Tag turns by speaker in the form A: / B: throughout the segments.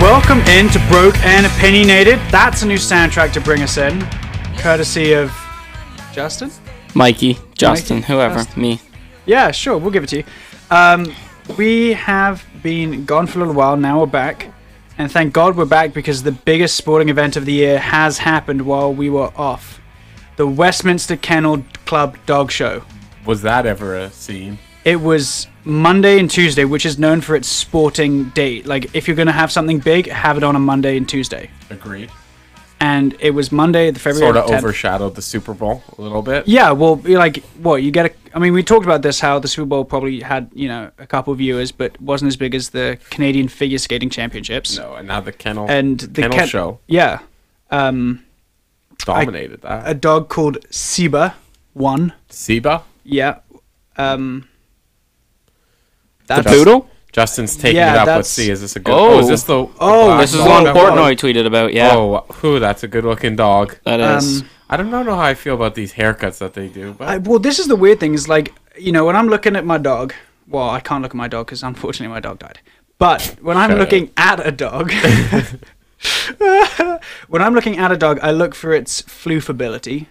A: Welcome in to Broke and Opinionated. That's a new soundtrack to bring us in, courtesy of Justin.
B: Mikey, Justin,
A: Mikey,
B: whoever,
A: Justin.
B: me.
A: Yeah, sure, we'll give it to you. Um, we have been gone for a little while. Now we're back, and thank God we're back because the biggest sporting event of the year has happened while we were off. The Westminster Kennel Club Dog Show.
C: Was that ever a scene?
A: it was Monday and Tuesday, which is known for its sporting date. Like, if you're going to have something big, have it on a Monday and Tuesday.
C: Agreed.
A: And it was Monday, the February
C: Sort of
A: 10th.
C: overshadowed the Super Bowl a little bit.
A: Yeah, well, you're like, what you get? A, I mean, we talked about this how the Super Bowl probably had you know a couple viewers, but wasn't as big as the Canadian Figure Skating Championships.
C: No, and now the kennel
A: And the
C: kennel
A: Ken-
C: show
A: Yeah, um,
C: dominated
A: a
C: that.
A: dog called Siba won.
C: Siba,
A: Yeah, um,
B: The
A: that's
B: poodle?
C: Justin's taking
A: Yeah,
C: it up.
A: that's-
C: Let's see. Is this a good?
B: Oh.
C: Oh, is this the? the
A: Oh,
C: black
B: This is
C: dog?
B: one
A: no,
B: Portnoy tweeted about, yeah.
C: Oh, who? That's a good looking dog.
B: that is.
A: Um,
C: I don't know how I feel about these haircuts that they do, but
A: I, well, this is the weird thing is like, you know, when I'm looking at my dog, well, I can't look at my dog because unfortunately my dog died. But when I'm
C: Shout out.
A: looking at a dog, when I'm looking at a dog, I look for its floofability.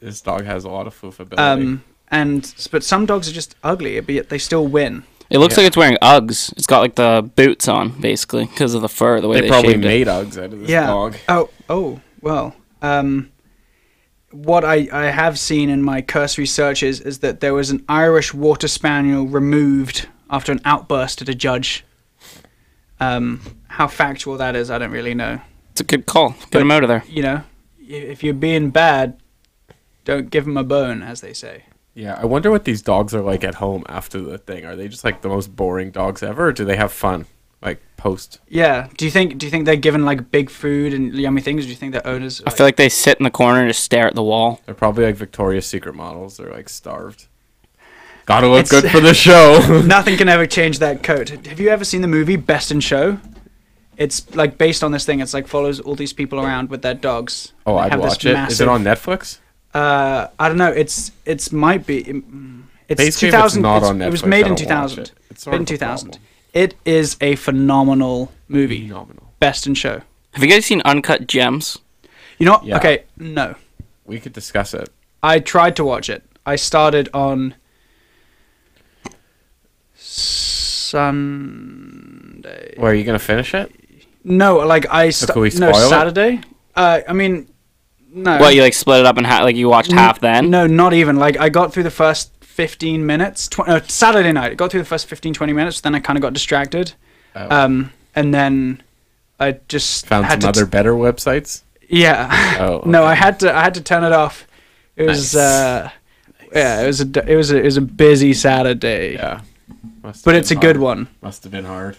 C: this dog has a lot of foof ability.
A: Um, and but some dogs are just ugly, but yet they still win.
B: it looks
C: yeah.
B: like it's wearing Uggs. It's got like the boots on, basically, because of the fur, the way
C: they,
B: they,
C: probably
B: shaved it.
C: made Uggs out of this
A: yeah.
C: dog.
A: Oh, oh, well. Um, what I, I have seen in my cursory searches is that there was an Irish water spaniel removed after an outburst at a judge. Um, how factual that is, I don't really know.
B: It's a good call. Get
A: But-
B: him out of there.
A: You know, i- if you're being bad, don't give them a bone, as they say.
C: Yeah, I wonder what these dogs are like at home after the thing. Are they just like the most boring dogs ever, or do they have fun? Like post.
A: Yeah. Do you think do you think they're given like big food and yummy things? Or do you think their owners? Are,
B: I feel like they sit in the corner and just stare at the wall.
C: They're probably like Victoria's Secret models. They're like starved. Gotta look
A: It's-
C: good for the show.
A: Nothing can ever change that coat. Have you ever seen the movie Best in Show? It's like based on this thing. It's like follows all these people around with their dogs.
C: oh,
A: They
C: I'd
A: have this
C: watch it. Is it on Netflix?
A: Uh, I don't know. It's it's might be. mm, It's
C: Basically, if it's
A: 2000.
C: not
A: it's-
C: on
A: it was
C: Netflix, I
A: made
C: don't
A: in
C: watch
A: 2000.
C: it. It's sort
A: made in
C: of a
A: 2000.
C: problem.
A: It is a phenomenal movie.
C: Phenomenal.
A: Best in Show.
B: Have you guys seen Uncut Gems?
A: You know? what?
C: Yeah.
A: Okay. No,
C: We could discuss it.
A: I tried to watch it. I started on Sunday.
C: Well, are you gonna finish it?
A: No, like I st-
C: can we
A: no
C: spoil it?
A: Saturday. Uh, I mean, no.
C: Um,
B: Well, you like split it up in half, like you watched
A: N-
B: half then?
A: No, not even. Like I got through the first fifteen minutes. Tw- uh, Saturday night, I got through the first 15, 20 minutes. Then I kind of got distracted,
C: Oh.
A: um, and then I just
C: Found
A: had
C: some
A: to
C: other better websites.
A: t- yeah.
C: Oh,
A: no,
C: okay.
A: I had to. I had to turn it off. It was.
C: Nice.
A: Uh, Yeah, it was a. d- It was a. It was a busy Saturday.
C: Yeah. Must have
A: But
C: been
A: it's a good
C: hard.
A: one.
C: Must have been hard.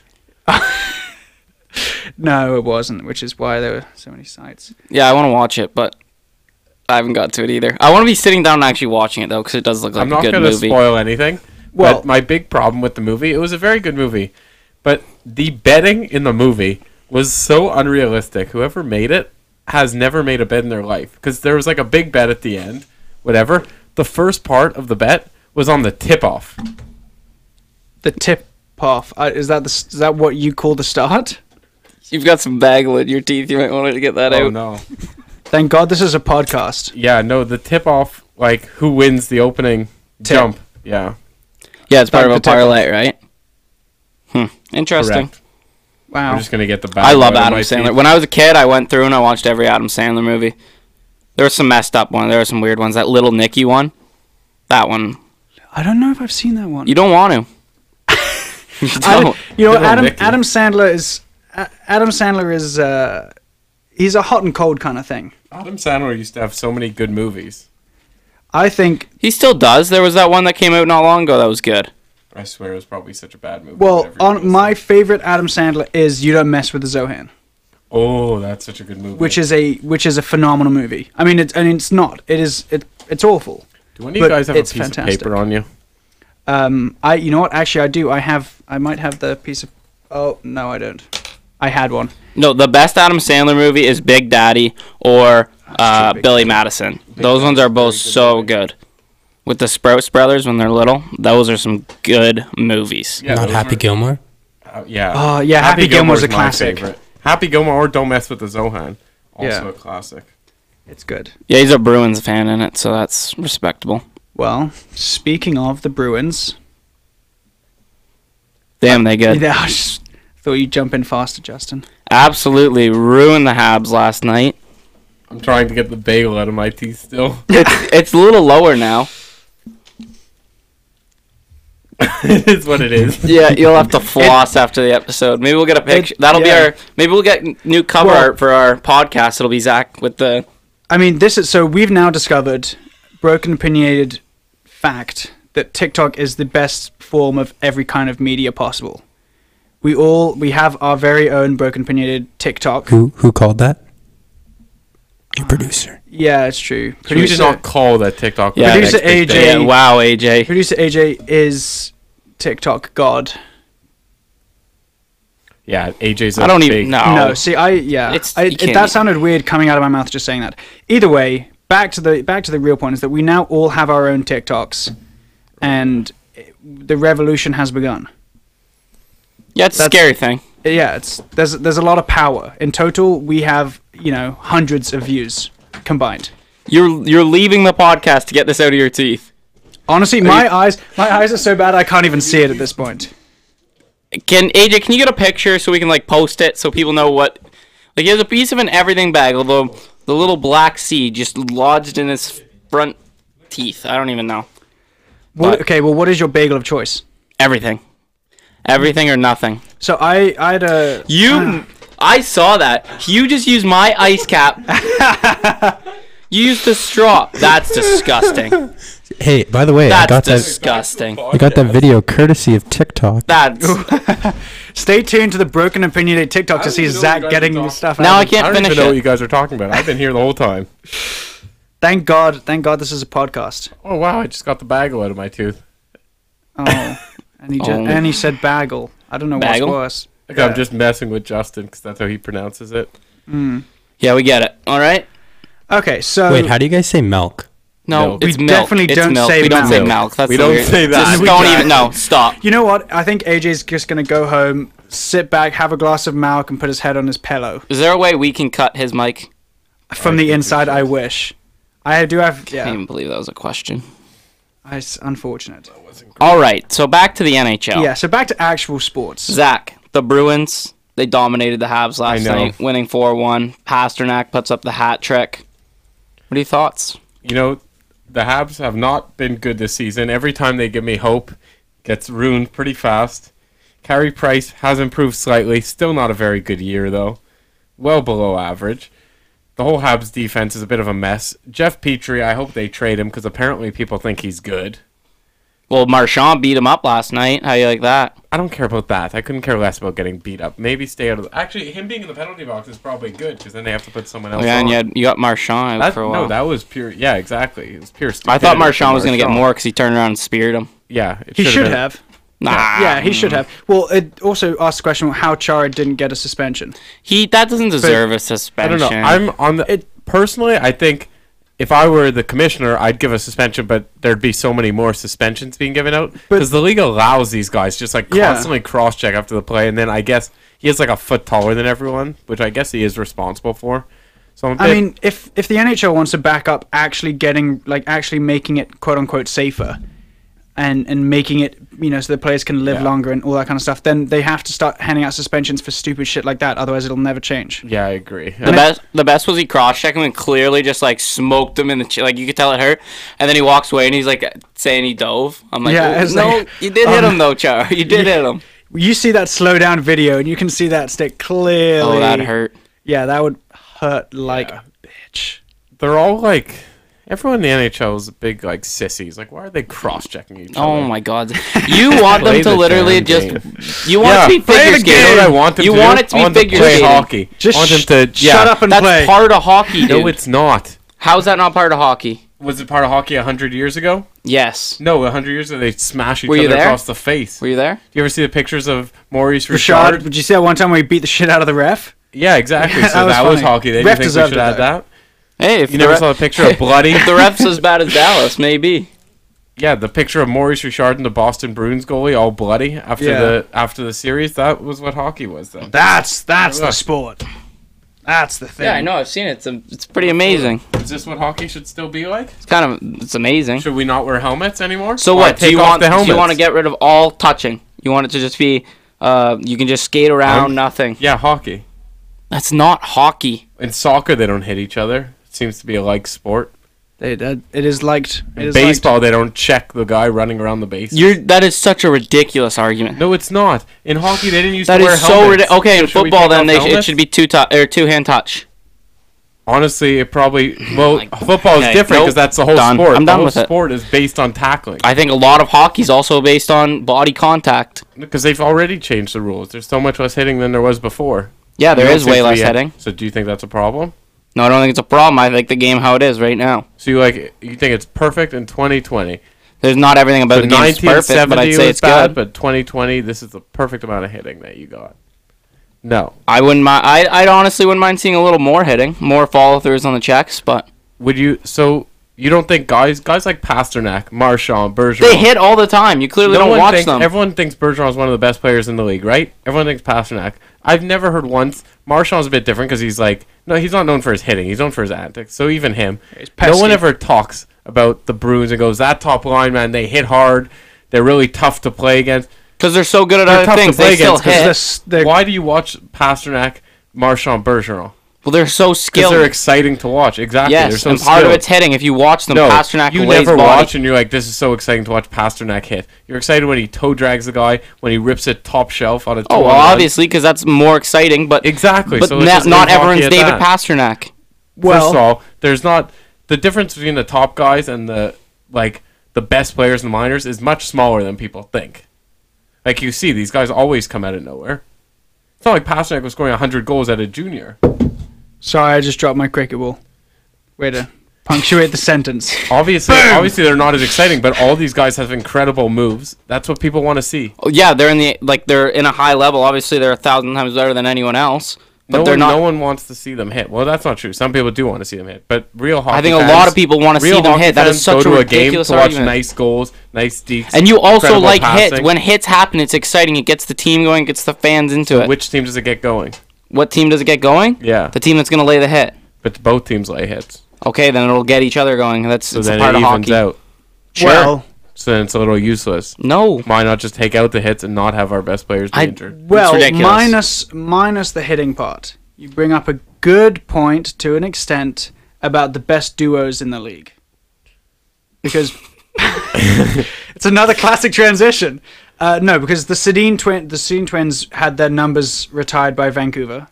A: No, it wasn't, which is why there were so many sites.
B: Yeah, I want to watch it, but I haven't got to it either. I want to be sitting down and actually watching it, though, because it does look like
C: I'm
B: a
C: not
B: good
C: going to
B: movie.
C: spoil anything.
A: Well-
C: but my big problem with the movie, it was a very good movie, but the betting in the movie was so unrealistic. Whoever made it has never made a bet in their life because there was like a big bet at the end, whatever. The first part of the bet was on the tip off.
A: The tip off. Uh, is that the, s- is that what you call the start?
B: You've got some bagel in your teeth. You might want to get that
C: Oh
B: out.
C: no.
A: Thank God this is a podcast.
C: Yeah, no, the tip off like who wins the opening
A: Tip.
C: jump. Yeah.
B: Yeah, it's part of a
A: Back to
B: parlay, right? Hmm. Interesting.
C: Correct.
A: Wow.
C: I'm just going to get the
B: I love
C: battle out of
B: Adam
C: my
B: Sandler.
C: teeth.
B: When I was a kid, I went through and I watched every Adam Sandler movie. There were some messed up ones. There were some weird ones. That Little Nicky one, that one.
A: I don't know if I've seen that one.
B: You don't want to. you
A: I
B: don't.
A: don't- you know,
C: Little
A: Adam
C: Nicky.
A: Adam Sandler is A- Adam Sandler is uh, he's a hot and cold kind of thing.
C: Adam Sandler used to have so many good movies.
A: I think.
B: He still does. There was that one that came out not long ago that was good.
C: I swear it was probably such a bad movie.
A: Well,
C: whatever it was.
A: on my favorite Adam Sandler is You Don't Mess with the Zohan,
C: Oh, that's such a good movie.
A: which is a which is a phenomenal movie. I mean, it's I mean, it's not. It is it it's awful.
C: Do any of you
A: But
C: guys have a
A: it's
C: piece
A: fantastic.
C: of paper on you?
A: Um, I you know what? Actually, I do. I have. I might have the piece of. Oh no, I don't. I had one.
B: No, the best Adam Sandler movie is Big Daddy or uh,
A: Ah, Big
B: Billy Madison. those ones are both so good. With the Sprouts Brothers when they're little, those are some good movies.
C: Yeah,
D: Not Happy Gilmore.
C: Uh, yeah.
A: Oh, yeah, Happy Gilmore's a
C: my
A: classic.
C: favorite. Happy Gilmore or Don't Mess with the Zohan. Also
A: Yeah.
C: a classic.
A: It's good.
B: Yeah, he's a Bruins fan in it, so that's respectable.
A: Well, speaking of the Bruins,
B: Damn, they good.
A: yeah, I just thought you'd jump in faster, Justin.
B: Absolutely ruined the Habs last night.
C: I'm trying to get the bagel out of my teeth still.
B: It's, it's a little lower now.
C: it is what it is.
B: Yeah, you'll have to floss after the episode. Maybe we'll get a picture. That'll
A: yeah.
B: be our. Maybe we'll get n- new cover
A: Well-
B: art for our podcast. It'll be Zach with the.
A: I mean, this is so we've now discovered broken opinionated fact that TikTok is the best form of every kind of media possible. We all we have our very own broken opinionated TikTok.
D: Who who called that? Your producer.
A: Yeah, it's true.
C: You did
A: Producer
C: not call that TikTok.
B: Yeah,
A: Producer
C: next big
A: AJ.
C: thing.
B: Yeah, wow, AJ.
A: producer AJ is TikTok god.
C: Yeah, AJ's. I
B: I don't even
C: know.
B: know.
A: No, see, I yeah,
B: It's-
A: I,
B: you
A: it,
B: can't
A: that
B: eat
A: sounded weird coming out of my mouth just saying that. Either way, back to the back to the real point is that we now all have our own TikToks, and it- the revolution has begun.
B: Yeah, it's a
A: That's-
B: scary thing.
A: Yeah, it's there's there's a lot of power. In total, we have you know hundreds of views combined.
B: You're you're leaving the podcast to get this out of your teeth.
A: Honestly, my eyes my eyes are so bad I can't even see it at this point.
B: Can AJ? Can you get a picture so we can like post it so people know what? Like he has a piece of an everything bag, although the little black seed just lodged in his front teeth. I don't even know
A: What,
B: But-
A: okay, well, what is your bagel of choice?
B: everything, everything or nothing.
A: So I I had a
C: Ah.
B: You, I saw that. You just used my ice cap. you used the straw. That's disgusting.
D: Hey, by the way, I
B: That's
D: got that.
B: disgusting.
D: I got that video courtesy of TikTok.
B: That's
A: stay tuned to the broken opinionated TikTok to
C: don't
A: see
C: even know you
A: Zach
C: guys
A: getting
C: are
A: the
C: talking.
A: stuff.
B: now
A: out
B: I
A: of it.
C: I
B: can't
C: don't
B: finish
C: even know what you
B: it.
C: guys are talking about. I've been here the whole time.
A: Thank God, thank God, this is a podcast.
C: Oh wow! I just got the bagel out of my tooth.
A: Oh, and he just,
B: Oh.
A: and he said bagel. I don't know
B: Bagel?
A: what's worse.
C: Like, I'm just messing with Justin because that's how he pronounces it.
B: Yeah, we get it. All right.
A: Okay, so
D: Wait, how do you guys say milk?
B: No,
C: Milk.
B: it's
A: We
B: milk.
A: definitely
B: It's
A: don't
B: milk.
A: say
B: we don't say
A: milk.
B: milk. That's
C: We
B: the
C: don't
B: weird-
C: say that.
B: Just
C: We
B: don't
A: don't.
B: even. No, stop.
A: you know what? I think AJ's just gonna go home, sit back, have a glass of milk, and put his head on his pillow.
B: Is there a way we can cut his mic?
A: From the inside, I wish. I do have.
B: I can't
A: Yeah,
B: even believe that was a question.
A: I- it's unfortunate.
B: Oh, All right, so back to the NHL.
A: Yeah, so back to actual sports.
B: Zach, the Bruins, they dominated the Habs last
C: know.
B: night, winning 4 1. Pasternak puts up the hat trick. What are your thoughts?
C: You know, the Habs have not been good this season. Every time they give me hope, gets ruined pretty fast. Carey Price has improved slightly. Still not a very good year though. Well below average. The whole Habs defense is a bit of a mess. Jeff Petrie, I hope they trade him because apparently people think he's good.
B: Well, Marchand beat him up last night. How you like that?
C: I don't care about that. I couldn't care less about getting beat up. Maybe stay out of. The, actually, him being in the penalty box is probably good because then they have to put someone else.
B: yeah, and
C: on.
B: you, had, you got Marchand out
C: That-
B: for a while.
C: no, that was pure. Yeah, exactly. It was pure.
B: I
C: stupidity
B: thought
C: from
B: Marchand was going to get
C: Marchand.
B: more because he turned around and speared him.
C: Yeah, it
A: He should
C: been-
A: have.
B: Nah.
A: Yeah, he
B: Mm.
A: should have. Well, it also asks the question how Chara didn't get a suspension.
B: He, that doesn't deserve a suspension.
C: I don't know. I'm on the. It, personally, I think if I were the commissioner, I'd give a suspension, but there'd be so many more suspensions being given out
A: But-
C: because the league allows these guys just like
A: Yeah.
C: constantly cross-check after the play, and then I guess he is like a foot taller than everyone, which I guess he is responsible for. So I'm a
A: I
C: bit-
A: mean, if if the NHL wants to back up actually getting like actually making it quote unquote safer and and making it you know so the players can live
C: Yeah.
A: longer and all that kind of stuff, then they have to start handing out suspensions for stupid shit like that. Otherwise, it'll never change.
C: yeah, I agree.
B: The best, the best was he cross checked him and clearly just like smoked him in the ch- like you could tell it hurt, and then he walks away and he's like saying he dove. I'm like,
A: Yeah,
B: "Oh,
A: it's
B: no,
A: like-
B: you did hit
A: um,
B: him though, Char. You did hit him.
A: You see that slow down video and you can see that stick clearly.
B: Oh, that hurt.
A: Yeah, that would hurt like a bitch.
C: They're all like. Everyone in the NHL is big like sissies. Like, why are they cross-checking each other?
B: Oh my god, you want them
C: Play
B: to
C: the
B: literally
C: damn
B: just
C: game.
B: you want it to be
C: play
B: figure
C: the game.
B: skating.
C: You know what I want them
B: you
C: to
B: want
C: do?
B: it to be
C: I want them
B: figure
C: play
B: skating.
C: hockey.
A: Just
C: I want them to
A: sh-
C: yeah.
A: shut up and
B: That's
A: play.
B: part of hockey, dude.
C: No, it's not.
B: How's that not part of hockey?
C: Was it part of hockey hundred years ago?
B: Yes.
C: No, hundred years ago they smash each
B: Were you
C: other
B: there?
C: across the face.
B: Were you there?
C: Do you ever see the pictures of Maurice Richard?
A: Rashad, would you see that one time where he beat the shit out of the ref?
C: Yeah, exactly.
A: Yeah,
C: so that was,
A: funny.
C: hockey. They
A: Ref
C: didn't think we
A: deserved
C: should
A: it,
C: add
A: though.
C: that.
B: Hey, if the
C: You never
B: re-
C: saw a picture of bloody.
B: if the ref's as bad as Dallas, maybe.
C: yeah, the picture of Maurice Richard and the Boston Bruins goalie all bloody after
A: Yeah.
C: the after the series. That was what hockey was then.
A: That's that's the
C: Ugh.
A: sport. That's the thing.
B: Yeah, I know. I've seen it. It's, a, it's pretty amazing.
C: Is this what hockey should still be like?
B: It's kind of it's amazing.
C: Should we not wear helmets anymore?
B: So
C: Why,
B: what do
C: take
B: you
C: off
B: want?
C: the
B: Do you
C: helmets?
B: want to get rid of all touching? You want it to just be uh, you can just skate around,
C: Um,
B: nothing.
C: Yeah, hockey.
B: That's not hockey.
C: In soccer, they don't hit each other. It seems to be a like sport.
A: It, uh, it is liked. It
C: In
A: is
C: baseball, they don't check the guy running around the base.
B: You're that is such a ridiculous argument.
C: no, it's not. In hockey, they didn't use
B: that
C: to wear
B: is so
C: helmets.
B: ridiculous. Okay, in
C: should we
B: football
C: take
B: then
C: off
B: they sh- it
C: helmets?
B: should be two touch or two hand touch.
C: Honestly, it probably well
B: Like,
C: football is
B: okay,
C: different
B: nope,
C: because that's the whole
B: done.
C: sport.
B: I'm
C: the
B: done
C: whole
B: with it.
C: sport is based on tackling
B: I think a lot of hockey's also based on body contact.
C: because they've already changed the rules. There's so much less hitting than there was before.
B: Yeah, there
C: You don't
B: is
C: think
B: way
C: so,
B: less
C: yeah.
B: heading.
C: So do you think that's a problem?
B: No, I don't think it's a problem. I like the game how it is right now.
C: So you like you think it's perfect in 2020?
B: There's not everything about
C: So
B: the game is perfect, but I'd say it's
C: bad,
B: good.
C: but 2020 this is the perfect amount of hitting that you got. No,
B: I wouldn't mind. I I honestly wouldn't mind seeing a little more hitting, more follow throughs on the checks, but
C: would you? So you don't think guys guys like Pasternak, Marchand, Bergeron?
B: they hit all the time. You clearly don't
C: one
B: watch
C: thinks,
B: them.
C: Everyone thinks Bergeron is one of the best players in the league, right? Everyone thinks Pasternak. I've never heard once. Marchand's a bit different because he's like, no, he's not known for his hitting. He's known for his antics. So even him,
A: He's
C: no one
A: pesky.
C: ever talks about the Bruins and goes, that top line, man, they hit hard. They're really tough to play against.
B: Because they're so good at
C: They're
B: other
C: tough to
B: things,
C: play
B: they still
C: against 'cause
A: Like,
B: hit.
A: this, the-
C: Why do you watch Pasternak, Marchand, Bergeron?
B: well, they're so
C: Because
B: skilled.
C: they're exciting to watch. Exactly. They're
B: yes,
C: so
B: and part of
C: skilled.
B: it's hitting. If you watch them,
C: No,
B: Pasternak
C: you
B: lays
C: never
B: body.
C: watch and you're like, this is so exciting to watch Pasternak hit. You're excited when he toe drags the guy, when he rips a top shelf on a.
B: oh, well,
C: two-on-one.
B: obviously, because that's more exciting. But
C: Exactly.
B: but
C: so
B: na-
C: it's just
B: not
C: leave hockey
B: everyone's
C: at
B: David
C: that.
B: Pasternak.
C: First of all, there's not the difference between the top guys and the like the best players in the minors is much smaller than people think. Like you see, these guys always come out of nowhere. It's not like Pasternak was scoring 100 goals at a junior.
A: sorry, I just dropped my cricket ball. Way to punctuate the sentence.
C: Obviously, obviously they're not as exciting, but all these guys have incredible moves. That's what people want to see.
B: Oh, yeah, they're in the like they're in a high level. Obviously, they're a thousand times better than anyone else. But
C: no
B: they're
C: one,
B: not.
C: no one wants to see them hit. Well, that's not true. Some people do want to see them hit, but real hockey.
B: I think a
C: fans-
B: lot of people want to
C: real
B: see them
C: hockey
B: hit. That is such
C: fans go
B: a
C: to
B: ridiculous
C: a game to watch
B: argument.
C: nice goals, nice deeks,
B: and you also
C: incredible
B: like hits.
C: passing.
B: When hits happen, it's exciting. It gets the team going. It gets the fans into it.
C: Which team does it get going?
B: what team does it get going?
C: Yeah,
B: The team that's going to lay the hit.
C: but both teams lay hits,
B: Okay, then it'll get each other going. That's
C: so
B: it's a
C: then
B: part
C: it
B: of
C: evens
B: hockey.
C: out.
B: Sure.
A: Well,
C: So then it's a little useless.
B: no.
C: Why not just take out the hits and not have our best players be
B: I-
C: injured?
A: well,
B: ridiculous.
A: minus minus the hitting part. You bring up a good point to an extent about the best duos in the league, because it's another classic transition. Uh, no, because the Sedin twin, the Sedin twins had their numbers retired by Vancouver,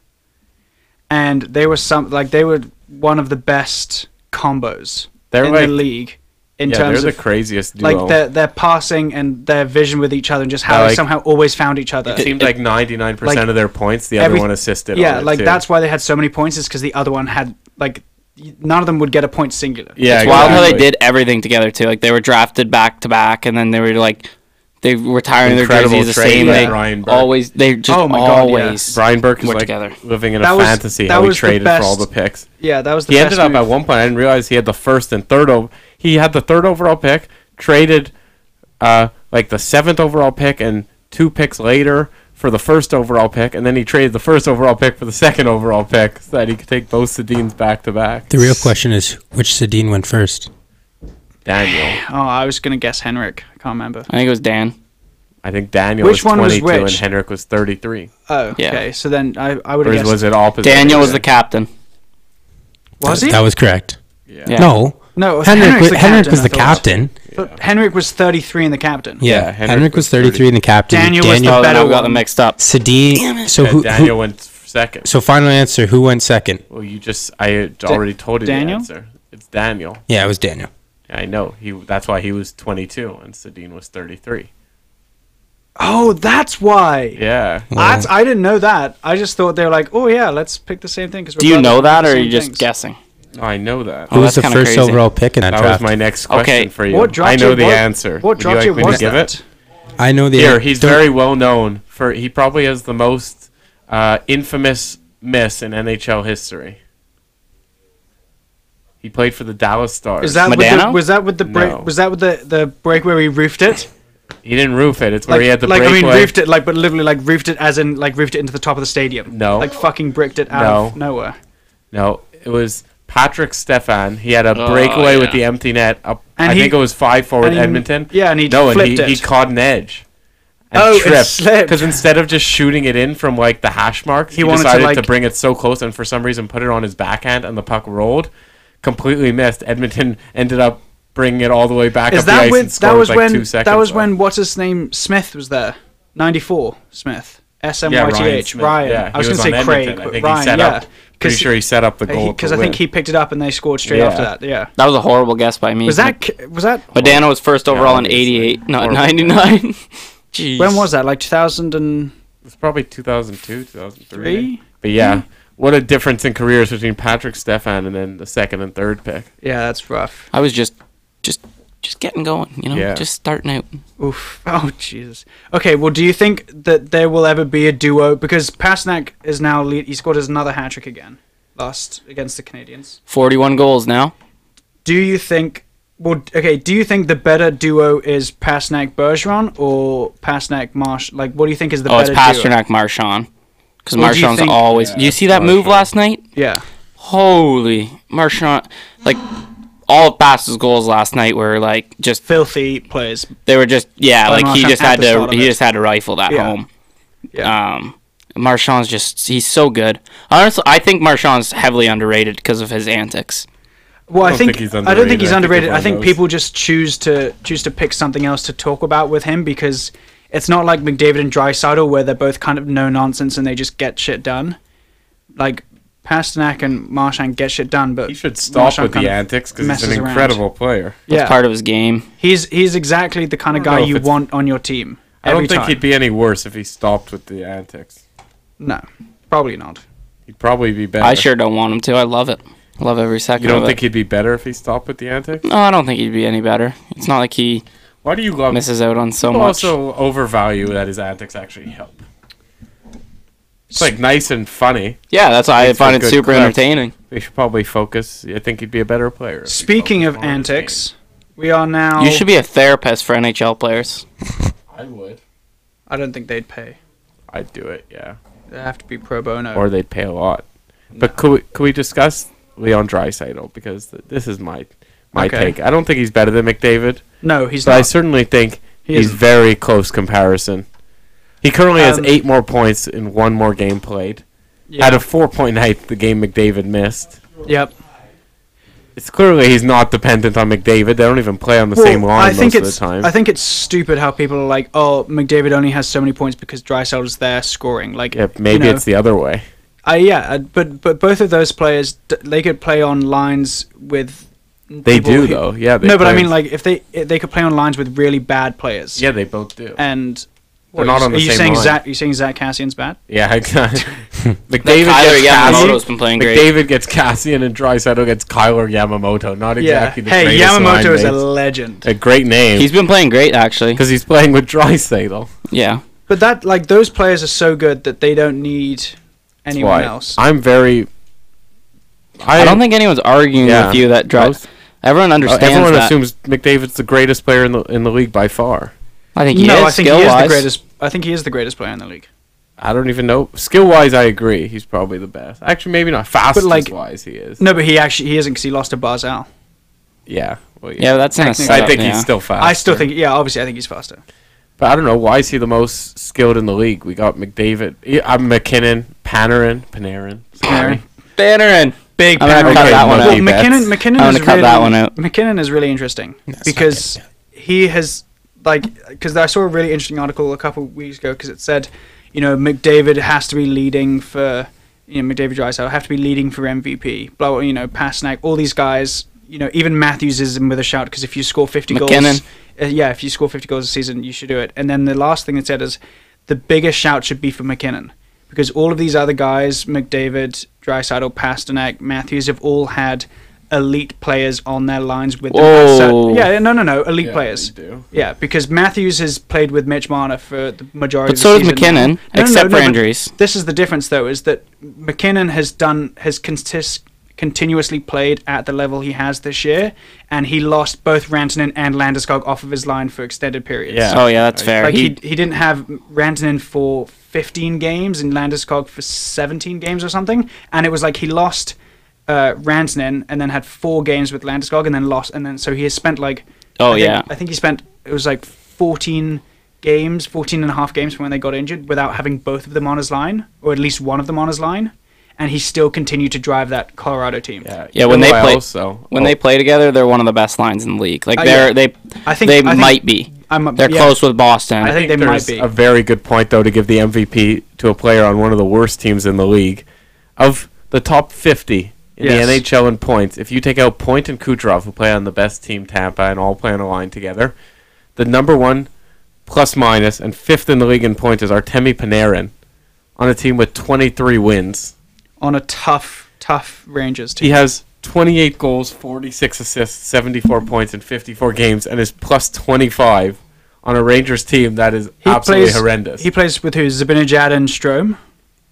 A: and they were some like they were one of the best combos
C: They're
A: in the
C: like
A: league in
C: yeah,
A: terms
C: they're
A: of
C: the craziest duo.
A: like their their passing and their vision with each other and just how
C: Yeah,
A: they
C: like-
A: somehow always found each other.
C: it seemed like 99%
A: like,
C: of their points, the other
A: every-
C: one assisted.
A: yeah,
C: on it
A: like
C: too.
A: that's why they had so many points is because the other one had like y- none of them would get a point singular.
C: yeah,
B: it's wild how they
C: exactly.
B: did everything together too. Like they were drafted back to back, and then they were like they were retiring their
C: Incredible
B: jerseys the
C: trade
B: same.
C: with
B: They
C: Ryan Burke.
B: always they just
A: Oh my God, yeah.
B: always.
C: Brian Burke is
B: We're
C: like
B: together.
C: living in a
A: That was-
C: fantasy
A: that
C: how he
A: was the
C: traded for all the
A: best-
C: picks.
A: yeah, that was the
C: He
A: best
C: ended up
A: move.
C: at one point. I didn't realize he had the first and third. O- he had the third overall pick, traded uh, like the seventh overall pick, and two picks later for the first overall pick, and then he traded the first overall pick for the second overall pick so that he could take both Sedines back to back.
D: The real question is which Sedin went first?
C: Daniel,
A: Oh, I was gonna guess Henrik. I can't remember.
B: I think it was Dan.
C: I think Daniel
A: Which
C: was
A: one was
C: twenty-two and
A: which?
C: Henrik was thirty-three.
A: Oh,
B: Yeah.
A: okay. So then I I would
C: Or
A: have guessed.
C: was it opposite?
B: Daniel was the captain.
A: Was
D: That-
A: he?
D: That was correct.
B: Yeah.
D: No.
A: no, it was
D: Henrik,
A: Henrik
D: was,
A: the
D: Henrik
A: captain,
D: was
A: I
D: the
A: thought.
D: captain.
A: But Henrik was 33 and the captain.
D: Yeah.
C: Yeah,
D: Henrik,
C: Henrik
D: was
C: was
D: 33 and the captain.
A: Daniel was
B: Oh,
A: the
B: then I
A: better
B: got
A: one.
B: them mixed up.
D: Sedin. So
C: Yeah,
D: who,
C: Daniel
D: who?
C: went second.
D: So final answer. Who went second?
C: Well, you just I had already told you
A: Daniel?
C: the answer. It's Daniel.
D: Yeah, it was Daniel.
C: I know he. That's why he was 22 and Sedin was 33.
A: Oh, that's why.
C: Yeah.
A: That's, I didn't know that. I just thought they were like, oh yeah, let's pick the same thing. Cause we're
B: Do you
A: brothers,
B: know
A: we'll pick
B: that,
A: the
B: or are
A: same
B: you just
A: things.
B: guessing?
C: I know that.
D: Who
B: Oh,
D: was the
B: that's kinda
D: first
B: crazy.
D: overall pick in that,
C: that
D: draft?
C: was my next question
B: Okay.
C: for you.
A: What dropped
C: I know
A: you-
C: the
A: what-
C: answer.
A: What
C: Would
A: dropped
C: you
A: you
C: like me
A: was
C: to give
A: that?
C: it?
D: I know the
C: Here, he's
D: don't-
C: very well known for. He probably has the most uh, infamous miss in NHL history. He played for the Dallas Stars.
A: Is that with the,
B: Medano?
A: was that with the break?
C: No.
A: Was that with the, the break where we roofed it?
C: he didn't roof it. It's where
A: Like,
C: he had the
A: like I
C: breakaway.
A: mean, roofed it like, but literally like roofed it as in like roofed it into the top of the stadium.
C: No.
A: like fucking bricked it out of nowhere.
C: No, it was Patrick Stefan. He had a
B: Oh,
C: breakaway with
B: yeah.
C: the empty net. Up,
A: And
C: I
A: he-
C: think it was five forward
A: and he-
C: Edmonton.
A: yeah, and he
C: no,
A: flipped
C: and he,
A: it.
C: he caught an edge. And
A: Oh, it
C: tripped.
A: slipped.
C: Because instead of just shooting it in from like the hash marks,
A: He
C: he,
A: wanted to,
C: decided to,
A: like-
C: bring it so close and for some reason put it on his backhand and the puck rolled. Completely missed. Edmonton ended up bringing it all the way back
A: Is
C: up the
A: that
C: ice
A: when
C: and
A: that
C: scored
A: was
C: with, like
A: when
C: two seconds.
A: that was
C: left.
A: when what's his name Smith was there? Ninety four Smith S M
C: yeah,
A: Y
C: Ryan.
A: T H
C: Smith.
A: Ryan.
C: Yeah,
A: I was,
C: he
A: going to say
C: on
A: Craig,
C: Edmonton. I
A: but
C: think
A: Ryan.
C: he set
A: yeah,
C: up. Pretty sure he set up the goal.
A: because
C: to
A: I think
C: win.
A: he picked it up and they scored straight
C: Yeah.
A: after that. Yeah,
B: That was a horrible guess by me.
A: was that K- was that
B: Medano was first overall in
C: obviously.
B: '88, not
C: Horrible.
B: '99. Jeez.
A: when was that? Like two thousand and
C: It's probably 2002, 2003.
A: Three?
C: But yeah, what a difference in careers between Patrick Stefan and then the second and third pick.
A: yeah, that's rough.
B: I was just, just, just getting going. You know,
C: Yeah.
B: just starting out.
A: Oof. Oh Jesus. Okay. Well, do you think that there will ever be a duo? Because Pasnak is now lead. He scored his another hat trick again, last against the Canadians.
B: 41 goals now.
A: Do you think? Well, okay. Do you think the better duo is Pasnak Bergeron or Pasnak Marsh? Like, what do you think is the
B: oh, it's
A: better duo?
B: Pasternak, Marchand. Because
A: Well, do you
B: Marchand's
A: think-
B: always. Do you see that move last night?
A: Yeah.
B: Holy Marchand! Like all of Pastor's goals last night were like just
A: Filthy players.
B: they were just yeah
A: By
B: like he
A: Marchand
B: just
A: at
B: had
A: the start
B: to
A: of
B: he
A: it.
B: just had to rifle that
A: Yeah.
B: home.
A: Yeah.
B: Um, Marchand's just he's so good. Honestly, I think Marchand's heavily underrated because of his antics.
A: Well, I,
C: don't
A: think,
C: think he's
A: I don't think
C: underrated.
A: he's
C: I think
A: underrated. I
C: everyone
A: think
C: knows.
A: people just choose to choose to pick something else to talk about with him because it's not like McDavid and Drysaddle where they're both kind of no nonsense and they just get shit done. Like Pasternak and Marchand get shit done, but
C: He should stop
A: Marchand
C: with the
A: kind of
C: antics because he's
A: messes
C: an
A: around.
C: incredible player.
B: That's
A: Yeah,
B: part of his game.
A: he's he's exactly the kind of
C: I don't
A: guy
C: know if
A: you
C: it's-
A: want on your team.
C: I
A: Every
C: don't think
A: time.
C: he'd be any worse if he stopped with the antics.
A: No, probably not.
C: He'd probably be better.
B: I sure don't want him to. I love it. I love every second.
C: You don't
B: of
C: think
B: it.
C: he'd be better if he stopped with the antics?
B: No, I don't think he'd be any better. It's not like he
C: Why do you love?
B: misses out on so
C: people
B: much.
C: also overvalue that his antics actually help. It's like nice and funny.
B: yeah, that's why I
C: Makes for
B: find it
C: good
B: super
C: clips.
B: entertaining.
C: They should probably focus. I think he'd be a better player. if he
A: Speaking
C: focused
A: of
C: more on his game.
A: antics, we are now.
B: You should be a therapist for NHL players.
C: I would.
A: I don't think they'd pay.
C: I'd do it. Yeah.
A: They have to be pro bono.
C: or they'd pay a lot. But could we, could we discuss Leon Dreisaitl because th- this is my my
A: Okay.
C: take. I don't think he's better than McDavid,
A: no, he's
C: but I
A: not.
C: certainly think
A: He
C: he's
A: isn't.
C: very close comparison. He currently has
A: Um,
C: eight more points in one more game played.
A: Yeah.
C: Out of four point night, the game McDavid missed.
A: yep.
C: It's clearly he's not dependent on McDavid. They don't even play on the same
A: Well,
C: line most of
A: it's,
C: the time.
A: I think it's stupid how people are like, oh, McDavid only has so many points because Drysdale is there scoring. Like,
C: yeah, maybe
A: you know,
C: it's the other way.
A: I- yeah, I- but but both of those players, d- they could play on lines with.
C: They
A: people
C: do
A: who-
C: though. Yeah, they
A: no, but I
C: play-
A: mean, like, if they if they could play on lines with really bad players.
C: yeah, they both do.
A: And
C: They're not on the
A: are you
C: same
A: saying
C: line.
A: Zach? Are you saying Zach Cassian's bad?
C: Yeah, exactly. McDavid
B: Kyler
C: gets
B: Yamamoto's
C: Cassian.
B: been playing great.
C: McDavid gets Cassian and Drysaddle gets Kyler Yamamoto. Not exactly the
A: Hey,
C: greatest
A: Yamamoto is a
C: line mates.
A: legend.
C: a great name.
B: He's been playing great actually.
C: because he's playing with Drysaddle.
B: Yeah.
A: But that like those players are so good that they don't need anyone
C: Why?
A: else.
C: I'm very.
B: I, don't think anyone's arguing
C: Yeah.
B: with you that Dries.
C: Most-
B: Everyone
C: uh,
B: understands
C: everyone
B: that.
C: assumes McDavid's the greatest player in the in the league by far.
B: I think he
A: no,
B: is.
A: I think he
B: skill
A: is the
B: wise.
A: greatest. I think he is the greatest player in the league.
C: I don't even know skill wise. I agree. He's probably the best. Actually, maybe not fastest
A: like-
C: wise. He is.
A: No, but he actually he isn't because he lost to Barzal.
C: Yeah. Well, yeah.
B: Yeah, but that's not.
A: Technically.
C: I think
B: yeah.
C: he's still fast.
A: I still think, yeah, obviously, I think he's faster.
C: But I don't know why is he the most skilled in the league? We got McDavid, eh, uh, McKinnon, Panarin, Panarin. Sorry.
B: Panarin.
A: Big
B: I'm gonna
A: Panarin.
B: cut
C: Okay,
B: that one
C: no.
B: out.
A: Well,
C: Big
A: McKinnon,
C: bets.
A: McKinnon
B: I'm
A: is
B: gonna cut
A: really,
B: that one out.
A: McKinnon is really interesting because he has, like, because I saw a really interesting article a couple weeks ago because it said, you know, McDavid has to be leading for, you know, McDavid Drysdale have to be leading for MVP. Blah, blah, you know, Pasnak, all these guys, you know, even Matthews is in with a shout because if you score 50 goals,
B: McKinnon.
A: uh, yeah, if you score 50 goals a season, you should do it. And then the last thing it said is the biggest shout should be for McKinnon because all of these other guys, McDavid, Drysidle, Pasternak, Matthews, have all had elite players on their lines with them. at
B: Whoa.
A: cer- yeah, no, no, no, elite
C: Yeah,
A: players.
C: they do.
A: Yeah, because Matthews has played with Mitch Marner for the majority. of
B: But
A: the
B: so does
A: season.
B: McKinnon,
A: No, no,
B: except
A: no,
B: for
A: but
B: injuries.
A: This is the difference, though, is that McKinnon has done has consist continuously played at the level he has this year, and he lost both Rantanen and Landeskog off of his line for extended periods.
C: Yeah.
B: Oh yeah, that's fair.
A: Like
B: he,
A: he, he didn't have Rantanen for 15 games and Landeskog for 17 games or something, and it was like he lost uh, Rantanen and then had four games with Landeskog and then lost, and then so he has spent like
B: Oh,
A: I think-
B: yeah.
A: I think he spent it was like 14 games, 14 and a half games from when they got injured without having both of them on his line or at least one of them on his line, and he still continued to drive that Colorado team.
B: yeah, when they
C: Joel
B: play
C: also-
B: when
C: oh,
B: they play together, they're one of the best lines in the league. Like
A: Uh,
B: they're
A: yeah.
B: they
A: I think
B: they
A: I think-
B: might be.
A: I'm-
B: they're
A: yeah.
B: close with Boston.
A: I think they might
C: there's
A: be.
C: a very good point though to give the MVP to a player on one of the worst teams in the league of the top 50 in
A: Yes.
C: the NHL in points. If you take out Point and Kucherov, who play on the best team Tampa and all play on a line together, the number one plus minus and fifth in the league in points is Artemi Panarin on a team with 23 wins.
A: on a tough tough Rangers team.
C: He has 28 goals, 46 assists, 74 points in 54 games, and is plus 25 on a Rangers team that is absolutely horrendous.
A: He plays with who? Zabinajad and Strom.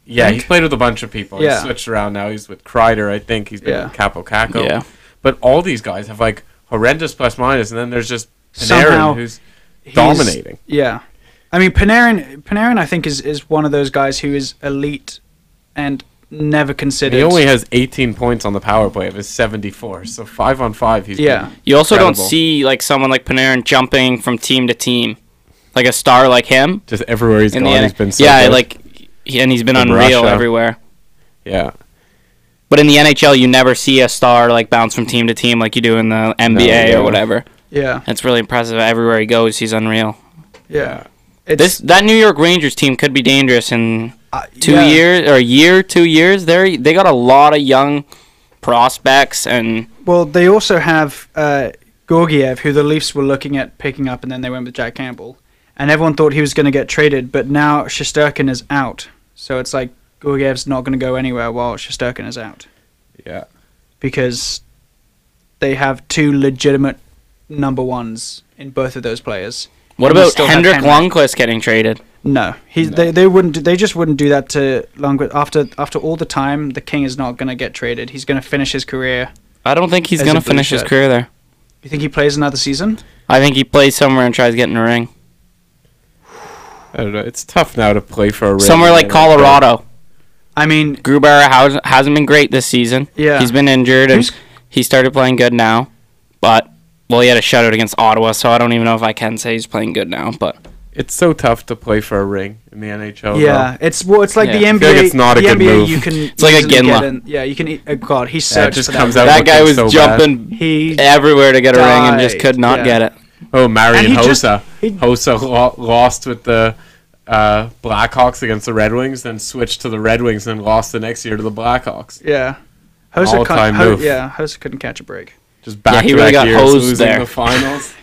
C: yeah,
A: think-
C: he's played with a bunch of people.
A: Yeah.
C: He's switched around now. He's with Kreider, I think. He's been
A: Yeah.
C: with Capo Caco.
B: Yeah.
C: But all these guys have like horrendous plus minus, and then there's just Panarin
A: Somehow,
C: who's
A: He's-
C: dominating.
A: Yeah, I mean Panarin. Panarin, I think, is is one of those guys who is elite and never considered.
C: He only has 18 points on the power play of his 74. So five on five, he's
A: Yeah.
C: been
B: You also
C: incredible.
B: don't see like someone like Panarin jumping from team to team, like a star like him
C: just everywhere he's
B: in
C: gone.
B: the
C: he's been so
B: yeah,
C: good.
B: like he, and he's been
C: In
B: unreal
C: Russia.
B: everywhere.
C: yeah.
B: But in the NHL, you never see a star like bounce from team to team like you do in the NBA
C: yeah.
B: or whatever.
A: Yeah,
B: It's really impressive. Everywhere he goes, he's unreal.
A: yeah. It's,
B: This that New York Rangers team could be dangerous in
A: uh,
B: two
A: yeah.
B: years or a year, two years. They they got a lot of young prospects, and
A: Well, they also have uh, Gorgiev, who the Leafs were looking at picking up, and then they went with Jack Campbell, and everyone thought he was going to get traded, but now Shosturkin is out, so it's like Gorgiev's not going to go anywhere while Shosturkin is out.
C: Yeah.
A: because they have two legitimate number ones in both of those players.
B: what
A: And they
B: about
A: still have
B: Hendrik
A: Henry.
B: Lundqvist getting traded?
A: No, he they they wouldn't do, they just wouldn't do that to Lundqvist after after all the time. The king is not going to get traded. He's going to finish his career.
B: I don't think he's
A: As a
B: gonna
A: blue
B: finish his
A: shirt.
B: career there.
A: You think he plays another season?
B: I think he plays somewhere and tries getting a ring.
C: I don't know. It's tough now to play for a Rangers
B: Somewhere like
C: in the NFL.
B: Colorado.
A: I mean,
B: Grubauer has, hasn't been great this season.
A: Yeah.
B: He's been injured and
A: Who's-
B: he started playing good now. But well, he had a shutout against Ottawa, so I don't even know if I can say he's playing good now. But
C: It's so tough to play for a ring in the NHL.
A: yeah,
C: though.
A: it's well, it's like
B: Yeah.
A: the
B: I
A: NBA.
C: feel like it's not a
A: the
C: good
A: NBA,
C: move.
A: you can
B: It's like a
A: easily
B: Ginla.
A: get in- yeah, you can. e- Oh God, he
C: Yeah, it
A: searched
C: just
A: for
C: comes
A: that.
C: out.
B: that guy was
C: looking so bad.
B: jumping
A: He
B: everywhere to get a ring and just could not
A: died,
B: get
A: yeah.
B: it.
C: Oh, Marion
A: And he just-
C: Hossa.
A: he-
C: Hossa lo- lost with the uh, Blackhawks against the Red Wings, then switched to the Red Wings and lost the next year to the Blackhawks.
A: Yeah, Hosa can't.
C: All-time
A: Ho-
C: move.
A: yeah, Hosa couldn't catch a break.
C: Just back
B: he
C: to
B: really
C: back
B: got
C: years,
B: hosed
C: losing
B: there.
C: the finals.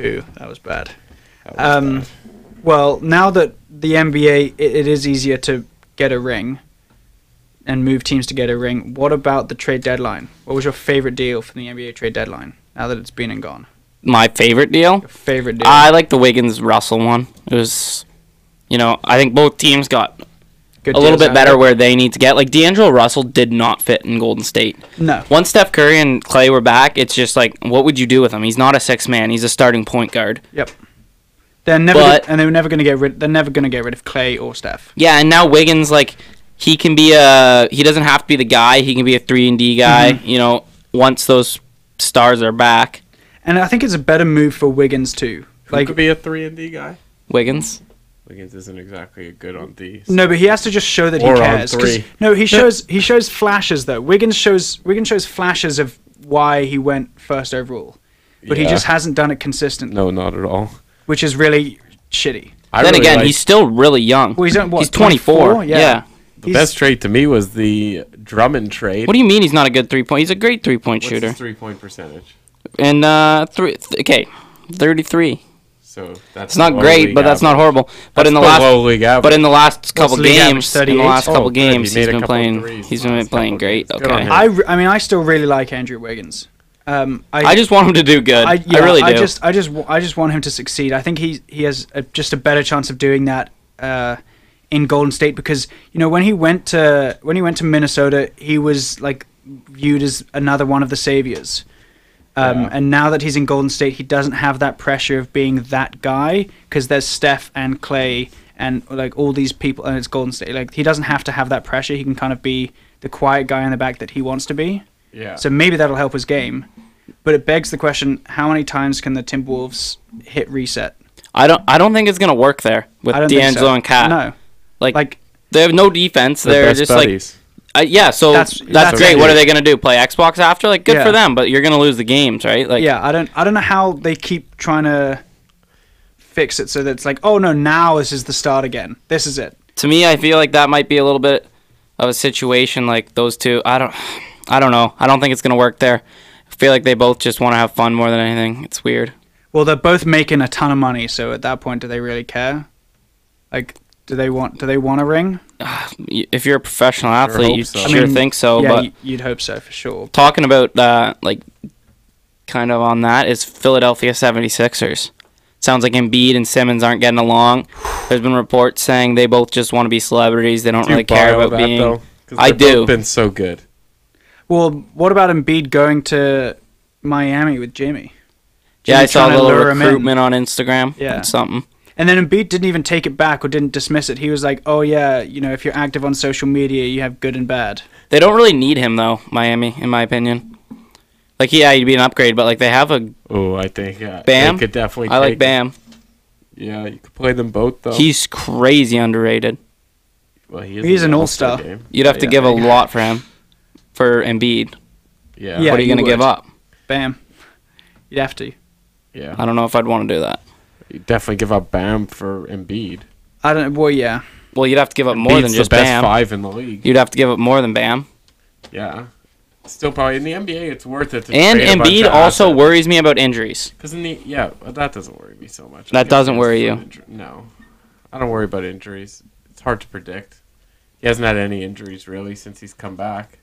A: Ooh, that was bad. um, Well, now that the NBA, it, it is easier to get a ring and move teams to get a ring. What about the trade deadline? What was your favorite deal from the NBA trade deadline? Now that it's been and gone,
B: My favorite deal?
A: your favorite deal?
B: I like the Wiggins Russell one. It was, you know, I think both teams got
A: Good
B: a little
A: deals
B: bit
A: out
B: better
A: there?
B: where they need to get. Like D'Angelo Russell did not fit in Golden State.
A: No.
B: Once Steph Curry and Clay were back, it's just like, what would you do with him? He's not a six man. He's a starting point guard.
A: Yep. They're never
B: But-
A: and they were never going to get rid. They're never going to get rid of Clay or Steph.
B: Yeah, and now Wiggins like he can be a he doesn't have to be the guy. He can be a three and D guy. You know, once those stars are back,
A: And I think it's a better move for Wiggins too.
C: like,
A: Like
C: could be a three and D guy.
B: Wiggins.
C: Wiggins isn't exactly good on D.
A: No, but he has to just show that
C: Or
A: he
C: on
A: cares. 'cause-
C: three.
A: No, he shows he shows flashes though. Wiggins shows Wiggins shows flashes of why he went first overall, but he
C: Yeah.
A: just hasn't done it consistently,
C: no, not at all.
A: which is really shitty.
C: I
B: then
C: really
B: again,
C: liked-
B: he's still really young.
A: Well, he's not, what,
B: he's 24.
A: 24?
B: Yeah.
A: Yeah.
C: the best trade to me was the Drummond trade.
B: What do you mean he's not a good three point? He's a great three point shooter.
C: three point percentage?
B: And uh, three th- okay, thirty three.
C: So that's
B: It's not great, but that's not horrible. But in the last, but in the last couple
A: league average,
B: games, in the
A: 38?
B: last
C: Oh,
B: couple
C: good, he
B: games,
C: made
B: he's
C: a
B: been
C: couple of
B: playing.
C: threes
B: He's
C: in the
B: been
C: last
B: playing
C: couple
B: great.
C: games. Good on
B: Okay.
C: him.
A: I, re- I mean, I still really like Andrew Wiggins. Um, I,
B: I just want him to do good. I,
A: yeah,
B: really do.
A: I just, I just, w- I just want him to succeed. I think he he has a, just a better chance of doing that uh, in Golden State because you know when he went to when he went to Minnesota, he was like viewed as another one of the saviors. Um,
C: Yeah.
A: And now that he's in Golden State, he doesn't have that pressure of being that guy because there's Steph and Clay and like all these people, and it's Golden State. Like he doesn't have to have that pressure. He can kind of be the quiet guy in the back that he wants to be.
C: Yeah.
A: So maybe that'll help his game. But it begs the question: How many times can the Timberwolves hit reset?
B: I don't. I don't think it's gonna work there with
A: I don't think
B: D'Angelo
A: so.
B: and Kat.
A: No,
B: Like,
A: like
B: they have no defense. They're,
C: best
B: just
C: buddies.
B: like, uh, yeah. So
A: That's-
B: that's,
A: that's
B: great.
A: it.
B: What are they gonna do? Play Xbox after? Like, good
A: Yeah.
B: for them. But you're gonna lose the games, right? Like,
A: yeah, I don't I don't know how they keep trying to fix it so that it's like, oh no, now this is the start again. This is it.
B: to me, I feel like that might be a little bit of a situation like those two. I don't. I don't know. I don't think it's gonna work there. I feel like they both just want to have fun more than anything. It's weird.
A: Well, they're both making a ton of money, so at that point, do they really care? Like, do they want do they want a ring?
B: Y- If you're a professional athlete,
C: hope
B: you
C: so.
B: sure
C: I
A: mean,
B: think so.
A: yeah,
B: Oh, but
A: y- you'd hope so for sure.
B: talking about uh, like kind of on that is Philadelphia 76ers. Sounds like Embiid and Simmons aren't getting along. There's been reports saying they both just want to be celebrities. They don't
C: Do you
B: really care
C: buy all
B: about
C: that,
B: being.
C: though? 'Cause
B: I
C: they've both
B: do.
C: Been so good.
A: Well, what about Embiid going to Miami with Jimmy?
B: Yeah, I
A: Jimmy
B: saw a
A: trying to
B: little
A: lure him in.
B: recruitment on Instagram.
A: Yeah.
B: Yeah, something.
A: And then Embiid didn't even take it back or didn't dismiss it. He was like, "Oh yeah, you know, if you're active on social media, you have good and bad."
B: They don't really need him though, Miami, in my opinion. Like yeah, he'd be an upgrade, but like they have a
C: Oh, I think yeah.
B: Bam?
C: They could definitely.
B: I like
C: take-
B: Bam.
C: Yeah, you could play them both though.
B: He's crazy underrated.
C: well, he is
A: he's
C: in
A: an
C: the
A: all-star.
C: All-Star game.
B: You'd have to
C: Yeah,
B: give a
C: yeah.
B: lot for him. For Embiid.
C: Yeah.
A: Yeah.
B: what are you
A: you
B: gonna give
A: would.
B: up?
A: Bam, you'd have to.
B: I
C: Yeah.
B: don't know if I'd want to do that.
C: You definitely give up Bam for Embiid.
A: I don't. Well, yeah.
B: Well, you'd have to give up more
C: Embiid's
B: than
C: the
B: just
C: best
B: Bam.
C: five in the league.
B: You'd have to give up more than Bam.
C: Yeah. Still probably in the NBA, it's worth it. To
B: And
C: trade a bunch
B: Embiid
C: of
B: also
C: assets.
B: worries me about injuries.
C: Cause in the yeah, well, that doesn't worry me so much.
B: That
C: Embiid
B: doesn't
C: has
B: worry
C: some
B: you.
C: inju- no, I don't worry about injuries. It's hard to predict. He hasn't had any injuries really since he's come back.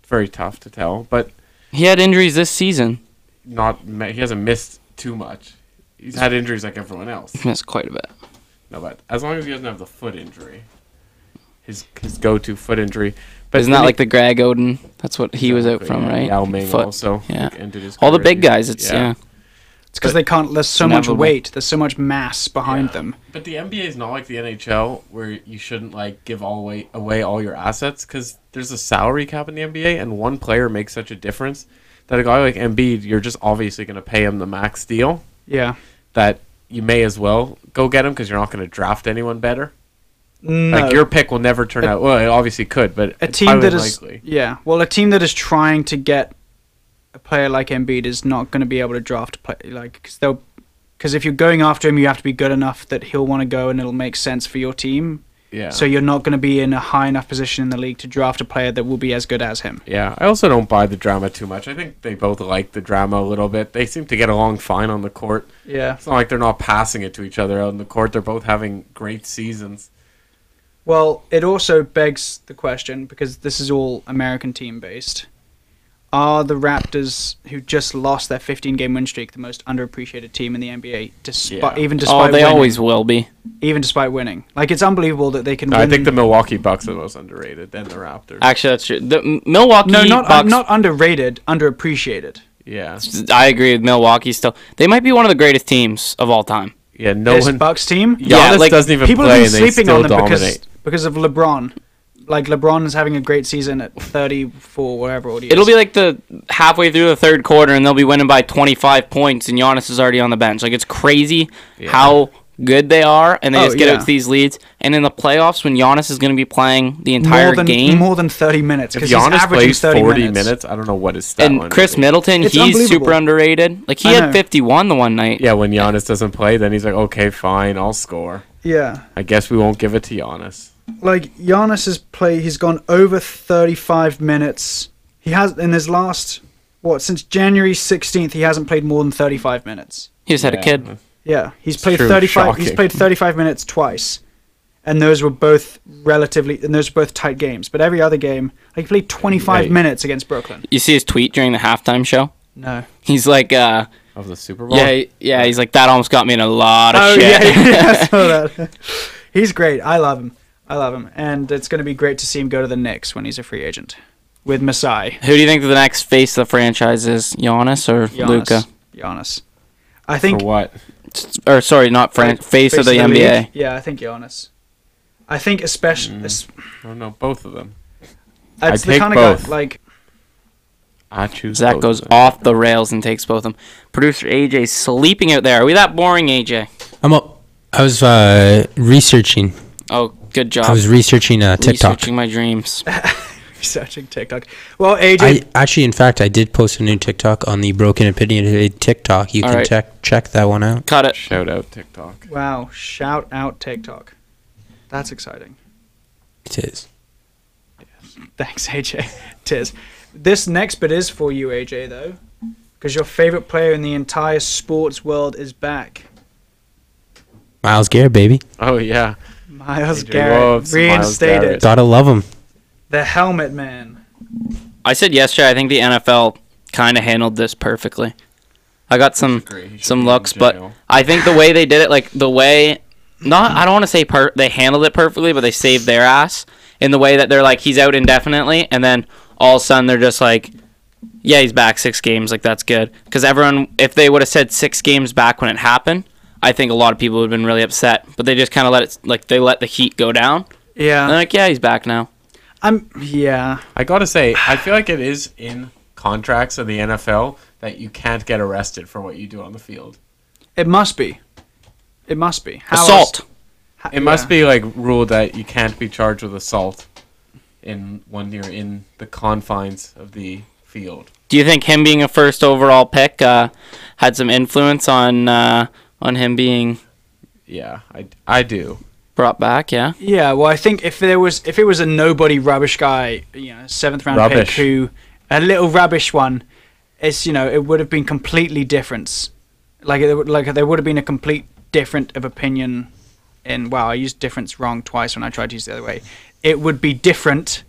C: It's very tough to tell, but
B: He had injuries this season.
C: not ma- he hasn't missed too much. He's had injuries like everyone else.
B: He missed quite a bit.
C: No, but as long as he doesn't have the foot injury, his his go-to foot injury. But
B: Isn't that
C: then
B: like the Greg Oden? That's what he was out
C: Exactly,
B: from,
C: yeah.
B: right?
C: Yao Ming
B: Foot.
C: also.
B: Yeah.
C: like, ended his
B: All the
C: career.
B: big guys. It's yeah.
A: It's because they can't. There's so
B: inevitable.
A: much weight. There's so much mass behind
C: Yeah.
A: them.
C: But the NBA is not like the NHL where you shouldn't like give all away, away all your assets because there's a salary cap in the NBA and one player makes such a difference that a guy like Embiid, you're just obviously going to pay him the max deal
A: Yeah.
C: that you may as well go get him because you're not going to draft anyone better.
A: No.
C: Like your pick will never turn out. Well, it obviously could, but
A: Mm. Uh, a
C: it's
A: team
C: highly
A: that is
C: likely.
A: yeah. Well, a team that is trying to get a player like Embiid is not going to be able to draft a play like because they'll because if you're going after him, you have to be good enough that he'll want to go and it'll make sense for your team.
C: Yeah.
A: So you're not going to be in a high enough position in the league to draft a player that will be as good as him.
C: Yeah, I also don't buy the drama too much. I think they both like the drama a little bit. They seem to get along fine on the court.
A: Yeah.
C: It's not like they're not passing it to each other out in the court. They're both having great seasons.
A: Well, it also begs the question because this is all American team based. Are the Raptors, who just lost their 15 game win streak, the most underappreciated team in the NBA? Despite
C: Yeah.
A: even
B: Oh,
A: despite
B: they
A: winning,
B: always will be.
A: even despite winning, like it's unbelievable that they can.
C: No,
A: win.
C: I think the Milwaukee Bucks are the most underrated, then the Raptors.
B: Actually, that's true. The M- Milwaukee
A: no, not uh,
B: Bucks.
A: not underrated, underappreciated.
C: yeah,
B: I agree with Milwaukee. Still, they might be one of the greatest teams of all time.
C: yeah. No
A: this
C: one. Giannis
A: Bucks team,
B: Yeah, like,
C: doesn't even
A: people
C: play,
A: have
C: and
A: been
C: they
A: sleeping
C: still
A: on them because,
C: dominate.
A: because of LeBron. Like LeBron is having a great season at 34, whatever. It is.
B: It'll be like the halfway through the third quarter, and they'll be winning by 25 points, and Giannis is already on the bench. Like it's crazy how good they are, and they
A: Oh,
B: just get
A: yeah.
B: out to these leads. And in the playoffs, when Giannis is going to be playing the entire
A: more than
B: game,
A: more than 30 minutes
C: if
A: because he's
C: Giannis
A: averaging
C: plays
A: 30
C: forty
A: minutes.
C: minutes. I don't know what his stat line
B: and
C: would
B: Chris
C: be.
B: Middleton,
A: It's
B: he's
A: unbelievable.
B: super underrated. Like he
A: I
B: had
A: know.
B: 51 the one night.
C: Yeah, when Giannis doesn't play, then he's like, okay, fine, I'll score.
A: Yeah,
C: I guess we won't give it to Giannis.
A: like Giannis's play, he's gone over 35 minutes. He has in his last what since January 16th, he hasn't played more than 35 minutes.
B: he just had a
C: Yeah.
B: kid.
A: Yeah, he's played
C: true,
A: 35. He's
C: shocking.
A: played 35 minutes twice, and those were both relatively, and those were both tight games. But every other game, like he played 25
C: Right.
A: minutes against Brooklyn.
B: You see his tweet during the halftime show.
A: No.
B: He's like, uh,
C: Of the Super Bowl,
B: yeah, yeah. He's like, that almost got me in a lot of shit.
A: Oh, yeah, yeah, I saw that. He's great. I love him. I love him, and it's going to be great to see him go to the Knicks when he's a free agent. with Masai.
B: Who do you think the next face of the franchise is? Giannis or
A: Giannis.
B: Luca?
A: Giannis. I think
C: For what?
B: Or sorry, not fran- face, of the NBA.
A: league. Yeah, I think Giannis. I think especially
C: Mm.
A: it's
C: I don't know. Both of them.
A: that's the
C: take
A: kind of guy
C: both.
A: like
C: I choose.
B: Zach
C: both
B: goes
C: of them.
B: off the rails and takes both of them. Producer AJ sleeping out there. Are we that boring, AJ?
D: I'm up. I was uh, researching.
B: Oh, good job.
D: I was researching uh, TikTok.
B: Researching my dreams.
A: researching TikTok. Well, AJ,
D: I actually, in fact, I did post a new TikTok on the Broken Opinionated TikTok. You
B: All
D: can
B: right.
D: check check that one out.
B: Cut it.
C: Shout out TikTok.
A: wow, shout out TikTok. That's exciting.
D: It is.
A: Thanks, AJ. Tis. This next bit is for you, AJ, though, because your favorite player in the entire sports world is back.
D: Miles Garrett, baby.
C: Oh yeah.
A: Miles
C: AJ
A: Garrett
C: loves Miles
A: reinstated.
C: Garrett.
D: Gotta love him.
A: The helmet man.
B: I said yesterday. I think the NFL kind of handled this perfectly. I got some some looks, but I think the way they did it, like the way, not I don't want to say per- they handled it perfectly, but they saved their ass in the way that they're like he's out indefinitely, and then all of a sudden they're just like, yeah, he's back six games, like that's good, because everyone if they would have said six games back when it happened, I think a lot of people would have been really upset, but they just kind of let it like they let the heat go down, and they're
A: Yeah.
B: like yeah, he's back now.
A: I'm. Yeah.
C: I gotta say, I feel like it is in contracts of the NFL that you can't get arrested for what you do on the field.
A: It must be. It must be. How else-
B: Assault.
A: ha-
C: It must
A: yeah.
C: be like ruled that you can't be charged with assault in when you're in the confines of the field.
B: Do you think him being a first overall pick uh, had some influence on uh, on him being
C: Yeah, I, I do.
B: brought back? Yeah.
A: Yeah. Well, I think if there was, if it was a nobody rubbish guy, you know, seventh round
C: Rubbish.
A: pick who, a little rubbish one, it's you know, it would have been completely different. Like it would, like there would have been a complete different of opinion. In wow, I used difference wrong twice when I tried to use it the other way. It would be different.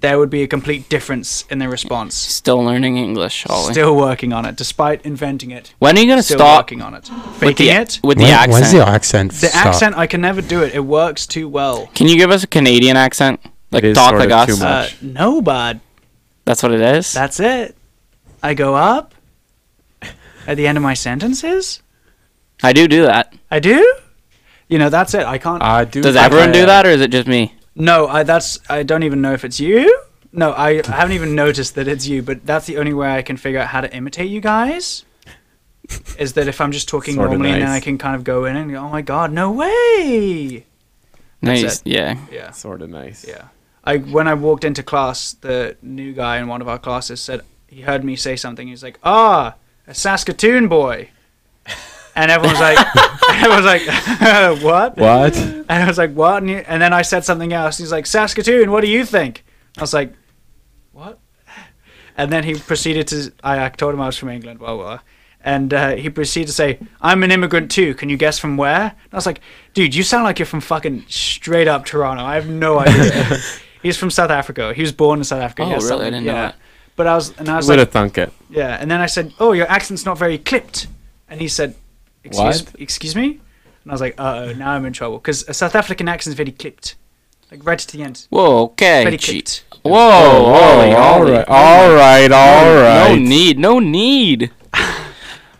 A: There would be a complete difference in the response.
B: Still learning English, Ollie.
A: Still working on it, despite inventing it.
B: when are you gonna
A: Still
B: stop
A: working on it.
B: with
A: Faking
B: the
A: it.
B: with the
D: When-
B: accent?
D: When's the accent?
A: The
D: stop?
A: accent, I can never do it. It works too well.
B: Can you give us a Canadian accent? Like
C: is
B: talk
C: sorta
B: like us.
C: too much.
A: Uh,
C: Much.
A: no, bud.
B: That's what it is.
A: That's it. I go up at the end of my sentences.
B: I do do that.
A: I do. You know, that's it. I can't.
C: I do.
B: Does
C: I
B: everyone do
C: kinda-
B: that, or is it just me?
A: no, I that's. I don't even know if it's you. No, I, I haven't even noticed that it's you. But that's the only way I can figure out how to imitate you guys. Is that if I'm just talking
C: Sorta
A: normally and then I
C: nice.
A: can kind of go in and go, oh my god, no way.
B: No,
A: That's
B: you just- yeah.
A: Yeah.
C: Sort of nice.
A: Yeah. I when I walked into class, the new guy in one of our classes said he heard me say something. He was like, "Ah, a Saskatoon boy," and everyone's like, "Everyone's like, what?"
C: What?
A: And I was like, "What?" And, he- and then I said something else. He's like, "Saskatoon, what do you think?" I was like, "What?" And then he proceeded to. I I told him I was from England. Blah blah. And uh, he proceeded to say, "I'm an immigrant too. Can you guess from where?" And I was like, "Dude, you sound like you're from fucking straight up Toronto. I have no idea." He's from South Africa. He was born in South Africa.
B: Oh,
A: He has
B: really? I
A: something-
B: didn't know
A: yeah.
B: that.
A: But I was, and I was
C: Would
A: like,
C: have thunk it.
A: yeah, and then I said, "Oh, your accent's not very clipped," and he said, "Excuse,
C: What?
A: excuse me," and I was like, "Uh oh, now I'm in trouble because a South African accent is very clipped, like right to the end,
B: Whoa. Okay.
A: very
B: gee-
A: clipped."
B: Whoa. Whoa.
C: Oh, all
B: Ollie.
C: right, all right, all right.
B: No need. No need.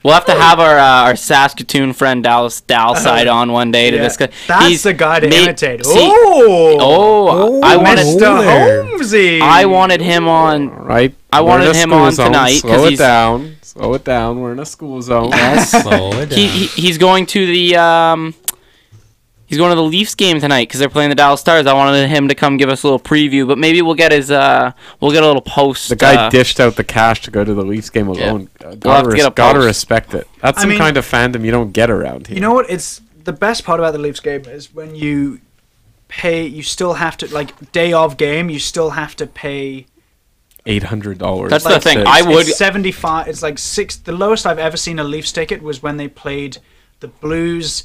B: We'll have to have our uh, our Saskatoon friend Dallas Dalside on one day to
A: Uh, Yeah.
B: discuss.
A: That's
B: He's
A: the guy to
B: made-
A: imitate.
B: see,
A: oh,
B: oh, I wanted-
A: Mr.
D: There.
A: Holmesy.
B: I wanted him on.
C: All right.
B: I
C: we're
B: wanted
C: in a
B: him
C: school
B: on
C: zone.
B: tonight 'cause
C: Slow it
B: he's-
C: down. Slow it down. We're in a school zone.
D: Slow it
B: He, he he's going to the um. He's going to the Leafs game tonight because they're playing the Dallas Stars. I wanted him to come give us a little preview, but maybe we'll get his uh we'll get a little post.
C: The guy
B: uh,
C: dished out the cash to go to the Leafs game alone. Uh,
B: have
C: Gotta,
B: to
C: res-
B: get a
C: gotta
B: post.
C: respect it. That's
A: I
C: some
A: mean-
C: kind of fandom you don't get around here.
A: You know what? It's the best part about the Leafs game is when you pay. You still have to like day of game. You still have to pay.
C: eight hundred dollars.
B: That's
A: the
B: thing.
C: Six.
B: I would-
A: It's seventy five. It's like six. The lowest I've ever seen a Leafs ticket was when they played the Blues,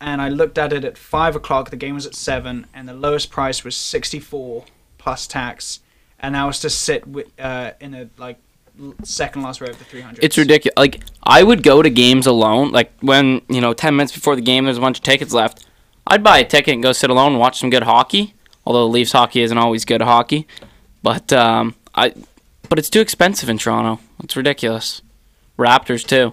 A: and I looked at it at five o'clock. The game was at seven, and the lowest price was sixty four plus tax, and I was to sit wi uh, in a like l- second last row of the three hundred.
B: it's ridiculous. Like I would go to games alone. Like when you know, ten minutes before the game, there's a bunch of tickets left. I'd buy a ticket and go sit alone and watch some good hockey. Although Leafs hockey isn't always good hockey, but um, I, but it's too expensive in Toronto. It's ridiculous. Raptors too.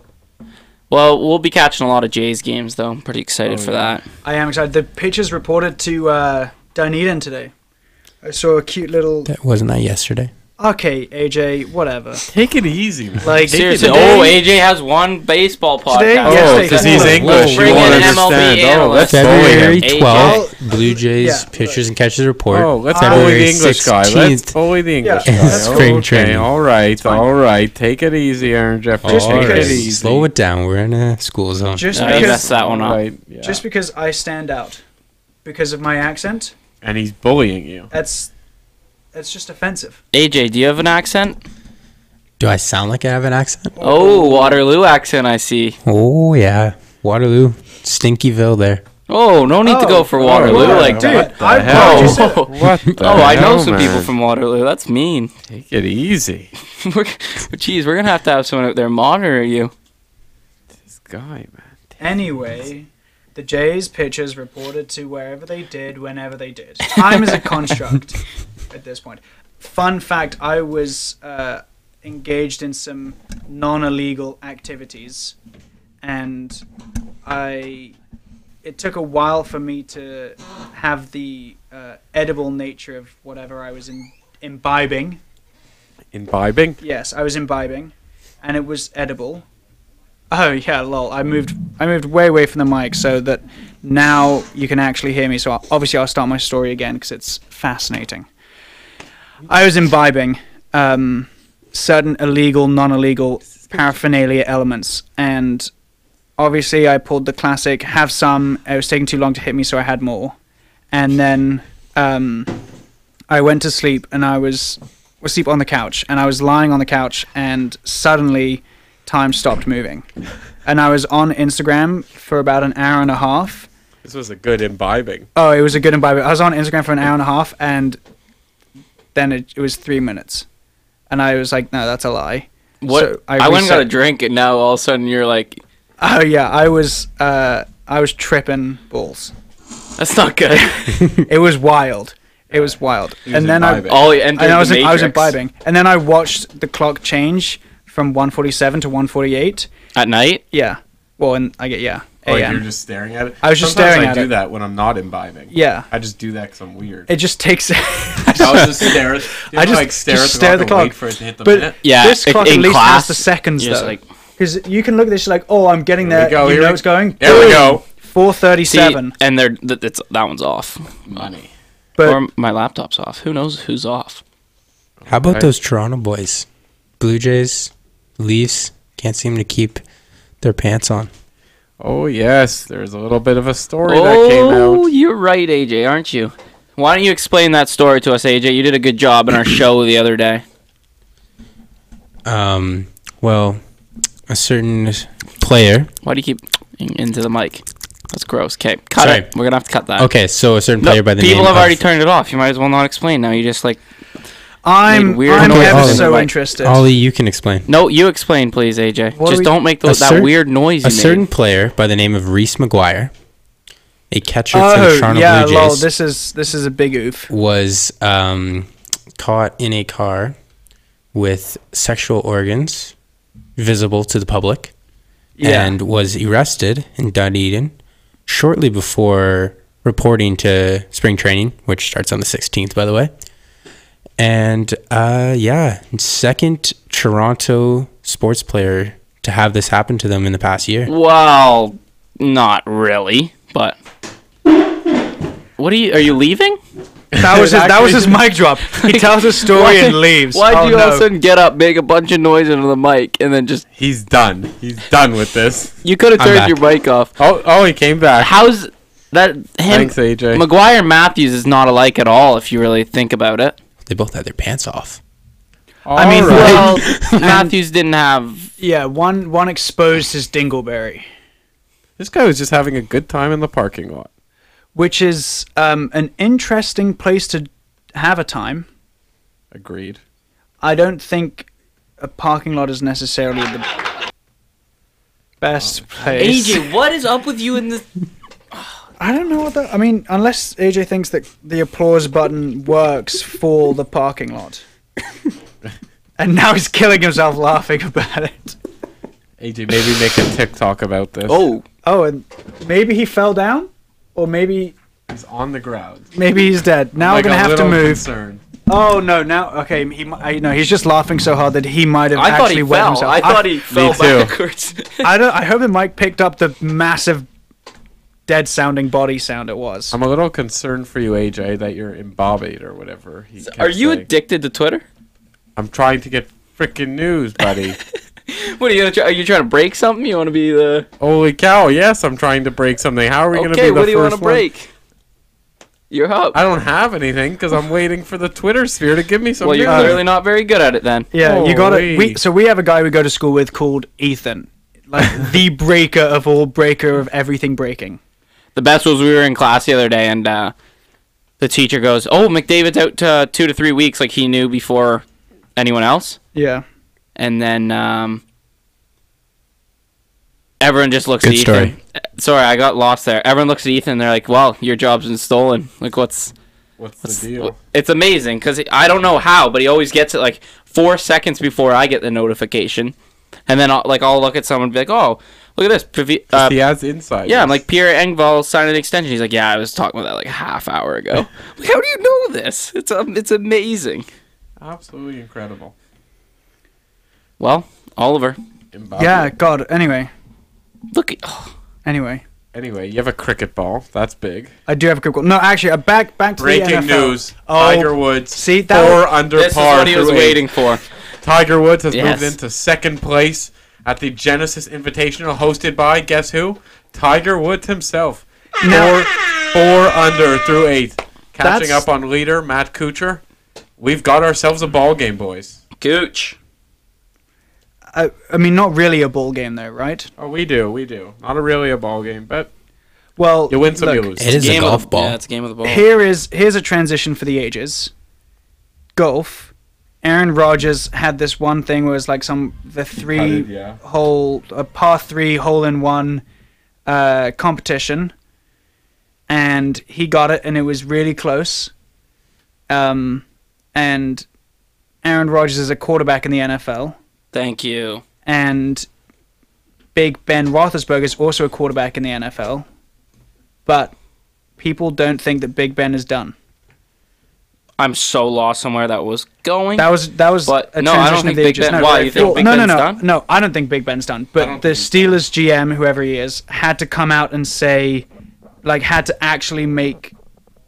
B: Well, we'll be catching a lot of Jays games though. I'm pretty excited
C: Oh,
B: for
C: yeah.
B: that.
A: I am excited. The pitchers reported to uh, Dunedin today. I saw a cute little.
D: That wasn't that yesterday.
A: Okay, AJ, whatever.
C: Take it easy, man.
A: Like
C: Take
B: Seriously.
C: it
A: today-
B: oh, AJ has one baseball podcast.
A: Today-
C: Oh,
A: Yes, they
C: because
A: can.
C: he's
A: Whoa,
C: English.
B: bring
C: you won't
B: in an MLB
C: understand. Oh, let's bully
D: February
C: him.
B: Hey,
D: twelfth,
A: Jay.
D: Blue Jays
A: Yeah.
D: pitchers and catches report.
A: uh,
C: Oh, let's bully
D: February
C: the English guy. Let's
D: 16th.
C: bully the English
A: Yeah.
C: guy.
A: That's
D: spring
C: okay,
D: training.
C: all right, all right. Take it easy, Aaron Jeffrey.
A: Just
D: All
C: Take
A: because-
D: right,
C: it easy.
D: slow it down. We're in a school zone.
A: Just
B: Yeah, you
A: because,
B: messed that one up.
C: Right, yeah.
A: just because I stand out because of my accent,
C: and he's bullying you.
A: that's that's just offensive.
B: AJ, do you have an accent?
D: Do I sound like I have an accent?
B: Oh, Waterloo accent, I see.
D: Oh yeah, Waterloo, Stinkyville. There.
B: Oh, no need to
A: Oh,
B: go for
A: oh,
B: Waterloo
A: yeah,
B: like
A: dude,
B: that.
C: What
A: I
C: the
A: thought you
C: hell?
A: said-
B: Oh,
C: What the
B: oh, I know
C: hell,
B: some people
C: man?
B: from Waterloo. That's mean.
C: Take it easy.
B: We're, geez, we're gonna have to have someone out there monitor you.
C: This guy, man.
A: Anyway, the Jays pitchers reported to wherever they did, whenever they did. Time is a construct at this point. Fun fact: I was uh, engaged in some non-illegal activities, and I. It took a while for me to have the uh, edible nature of whatever I was in, imbibing.
C: Imbibing.
A: Yes, I was imbibing, and it was edible. Oh yeah, lol. I moved. I moved way away from the mic so that now you can actually hear me. So I'll, obviously I'll start my story again because it's fascinating. I was imbibing um, certain illegal, non-illegal paraphernalia elements, and obviously I pulled the classic "have some." It was taking too long to hit me, so I had more, and then um, I went to sleep and I was was asleep on the couch and I was lying on the couch and suddenly time stopped moving. And I was on Instagram for about an hour and a half.
C: This was a good imbibing.
A: Oh, it was a good imbibe. I was on Instagram for an hour and a half and then it, it was three minutes. And I was like, no, that's a lie.
B: What?
A: So
B: I, went and got a
A: reset-
B: drink, and now all of a sudden you're like,
A: Oh yeah, I was uh, I was tripping balls.
B: that's not good.
A: it was wild. It was wild.
C: He was
A: and then I
C: imbibing.
B: all you entered
A: and I
B: the
A: was I was
B: Matrix.
A: imbibing. And then I watched the clock change from 147 to 148
B: at night.
A: Yeah. Well, and I get yeah.
C: Oh,
A: AM.
C: you're just staring at it.
A: I was just
C: Sometimes
A: staring
C: I
A: at
C: do
A: it.
C: that when I'm not imbibing.
A: yeah.
C: I just do that because I'm weird.
A: It just takes.
C: I was just stare. at- You
A: I
C: know,
A: just-
C: like stare
A: just
C: at
A: stare
C: the
A: at
C: clock
A: the
C: and
A: clock.
C: wait for it to hit the
A: but
C: minute.
B: Yeah,
A: this
B: i-
A: clock
B: in
A: at least has
B: class,
A: the seconds
B: you're just
A: though,
B: like-
A: because you can look at this you're like, oh, I'm getting
C: Here
A: there.
C: we go,
A: you
C: here
A: know
C: we-
A: it's going.
C: There we go.
A: Four
B: See,
A: thirty-seven.
B: and they're th- it's, that one's off,
C: Money.
A: But
B: or my laptop's off. Who knows who's off?
D: How about
C: Right.
D: those Toronto boys? Blue Jays, Leafs can't seem to keep their pants on.
C: Oh yes, there's a little bit of a story that came
B: Oh,
C: out.
B: you're right, AJ, aren't you? Why don't you explain that story to us, AJ? You did a good job in our show the other day.
D: Um, well, a certain player.
B: Why do you keep into the mic? That's gross. Okay, cut
D: Sorry.
B: it. We're gonna have to cut that.
D: Okay, so a certain
B: Uh, No,
D: player by the
B: people
D: name
B: have
D: of-
B: already turned it off. You might as well not explain now. You just like
A: I'm
B: made weird
A: I'm
B: noises
A: ever
D: in the
A: so
B: mic.
A: interested.
D: Ollie, you can explain.
B: no. You explain, please, AJ.
A: What do
B: just
A: we-
B: don't make those,
D: A
B: that
D: certain-
B: weird noise. You
D: A
B: made.
D: certain player by the name of Reese McGuire, a catcher for the
A: oh
D: Toronto
A: yeah,
D: Blue
A: lol.
D: Jays,
A: This is this is a big oof.
D: was um, caught in a car with sexual organs visible to the public,
A: Yeah.
D: and was arrested in Dunedin shortly before reporting to spring training, which starts on the 16th, by the way. And uh, yeah, second Toronto sports player to have this happen to them in the past year.
B: Well, not really, but. What are you? Are you leaving?
A: that was his, that was his mic drop. He tells a story
B: Why-
A: and leaves.
B: Why'd
A: oh,
B: you all of
A: no.
B: a sudden get up, make a bunch of noise into the mic, and then just
C: He's done. He's done with this.
B: you could have
D: I'm
B: turned
D: back.
B: your mic off?
C: Oh, oh, he came back.
B: How's that? Him,
C: Thanks, AJ.
B: McGuire Matthews is not alike at all. If you really think about it,
D: They both had their pants off.
A: I mean,
C: All right.
B: well, Matthews didn't have.
A: yeah, one one exposed his dingleberry,
C: this guy was just having a good time in the parking lot.
A: which is um, an interesting place to have a time.
C: Agreed.
A: I don't think a parking lot is necessarily the
C: Oh,
A: best place.
B: what is up with you in this?
A: I don't know what that. I mean, unless AJ thinks that the applause button works for the parking lot. and now he's killing himself laughing about it.
C: AJ, maybe make a TikTok about this.
B: Oh,
A: Oh, and maybe he fell down, or maybe
C: he's on the ground.
A: maybe he's dead. Now
C: Like
A: we're
C: a
A: gonna have to
C: little
A: move.
C: concerned.
A: Oh no! Now okay, he mi- I, no, he's just laughing so hard that he might have
B: I thought
A: actually
B: he
A: wet
B: fell.
A: himself.
B: I thought he fell
C: too.
B: backwards.
A: I don't. I hope that Mike picked up the massive dead-sounding body sound it was.
C: I'm a little concerned for you, AJ, that you're embobbied or whatever. he kept
B: Are you
C: saying.
B: addicted to Twitter?
C: I'm trying to get freaking news, buddy.
B: What are you gonna try? Are you trying to break something? You want to be the
C: Holy cow! Yes, I'm trying to break something. How are we going to be
B: okay?
C: the
B: What do you want
C: first
B: to
C: one?
B: break? You're up.
C: I don't have anything because I'm waiting for the Twitter sphere to give me something.
B: Well, you're clearly not very good at it then.
A: Yeah, you got it. We,
C: Holy.
A: so we have a guy we go to school with called Ethan, like the breaker of all breaker of everything breaking.
B: The best was we were in class the other day and uh, the teacher goes, "Oh, McDavid's out to two to three weeks," like he knew before anyone else.
A: Yeah,
B: And then um, everyone just looks
D: Good
B: at
D: story.
B: Ethan. Uh, Sorry, I got lost there. Everyone looks at Ethan. and They're like, "Well, your job's been stolen. Like, what's
C: What's,
B: What's-
C: the deal?
B: wh- It's amazing because I don't know how, but he always gets it like four seconds before I get the notification, and then I'll, like I'll look at someone and be like, "Oh, look at this." Pavi- uh,
C: he has insight.
B: yeah, I'm like Pierre Engvall signed an extension. He's like, "Yeah, I was talking about that like a half hour ago." like, how do you know this? It's um, it's amazing.
C: absolutely incredible.
B: Well, Oliver,
C: Embobbied.
A: yeah. God. Anyway,
B: look. At, oh,
A: anyway,
C: Anyway, you have a cricket ball. That's big.
A: I do have a quick one. No, actually, uh, back back to the NFL. Oh,
C: Tiger Woods.
A: see, that
C: four
A: was-
C: under
B: this is
C: par.
B: what he was
C: through eight.
B: waiting for.
C: Tiger Woods has
B: Yes.
C: moved into second place at the Genesis Invitational, hosted by guess who? Tiger Woods himself. Four, four under through eight, catching
A: That's-
C: up on leader Matt Kuchar. We've got ourselves a ball game, boys.
B: Gooch.
A: I, I mean, not really a ball game though, right?
C: Oh, we do, we do. Not a really a ball game, but
A: Well,
C: you win some,
A: look,
C: you lose.
D: It is a
B: Game of
D: golf
B: the-
D: ball.
B: Yeah, it's a game of the ball.
A: Here is here's a transition for the ages. Golf. Aaron Rodgers had this one thing where it was like some the three
C: Putted, yeah.
A: hole a par three hole in one uh, competition, and he got it, and it was really close. Um, and Aaron Rodgers is a quarterback in the NFL,
B: Thank you.
A: and Big Ben Roethlisberger is also a quarterback in the NFL, but people don't think that Big Ben is done.
B: I'm so lost somewhere that was going.
A: That was that was
B: But,
A: a
B: no, I don't
A: transition
B: think
A: of the
B: Big
A: ages.
B: Ben-
A: no,
B: why, you think
A: Well,
B: Big
A: no,
B: Ben's
A: no, no,
B: done?
A: no. I don't think Big Ben's done. But
C: don't
A: the
C: think so.
A: Steelers GM, whoever he is, had to come out and say, like, had to actually make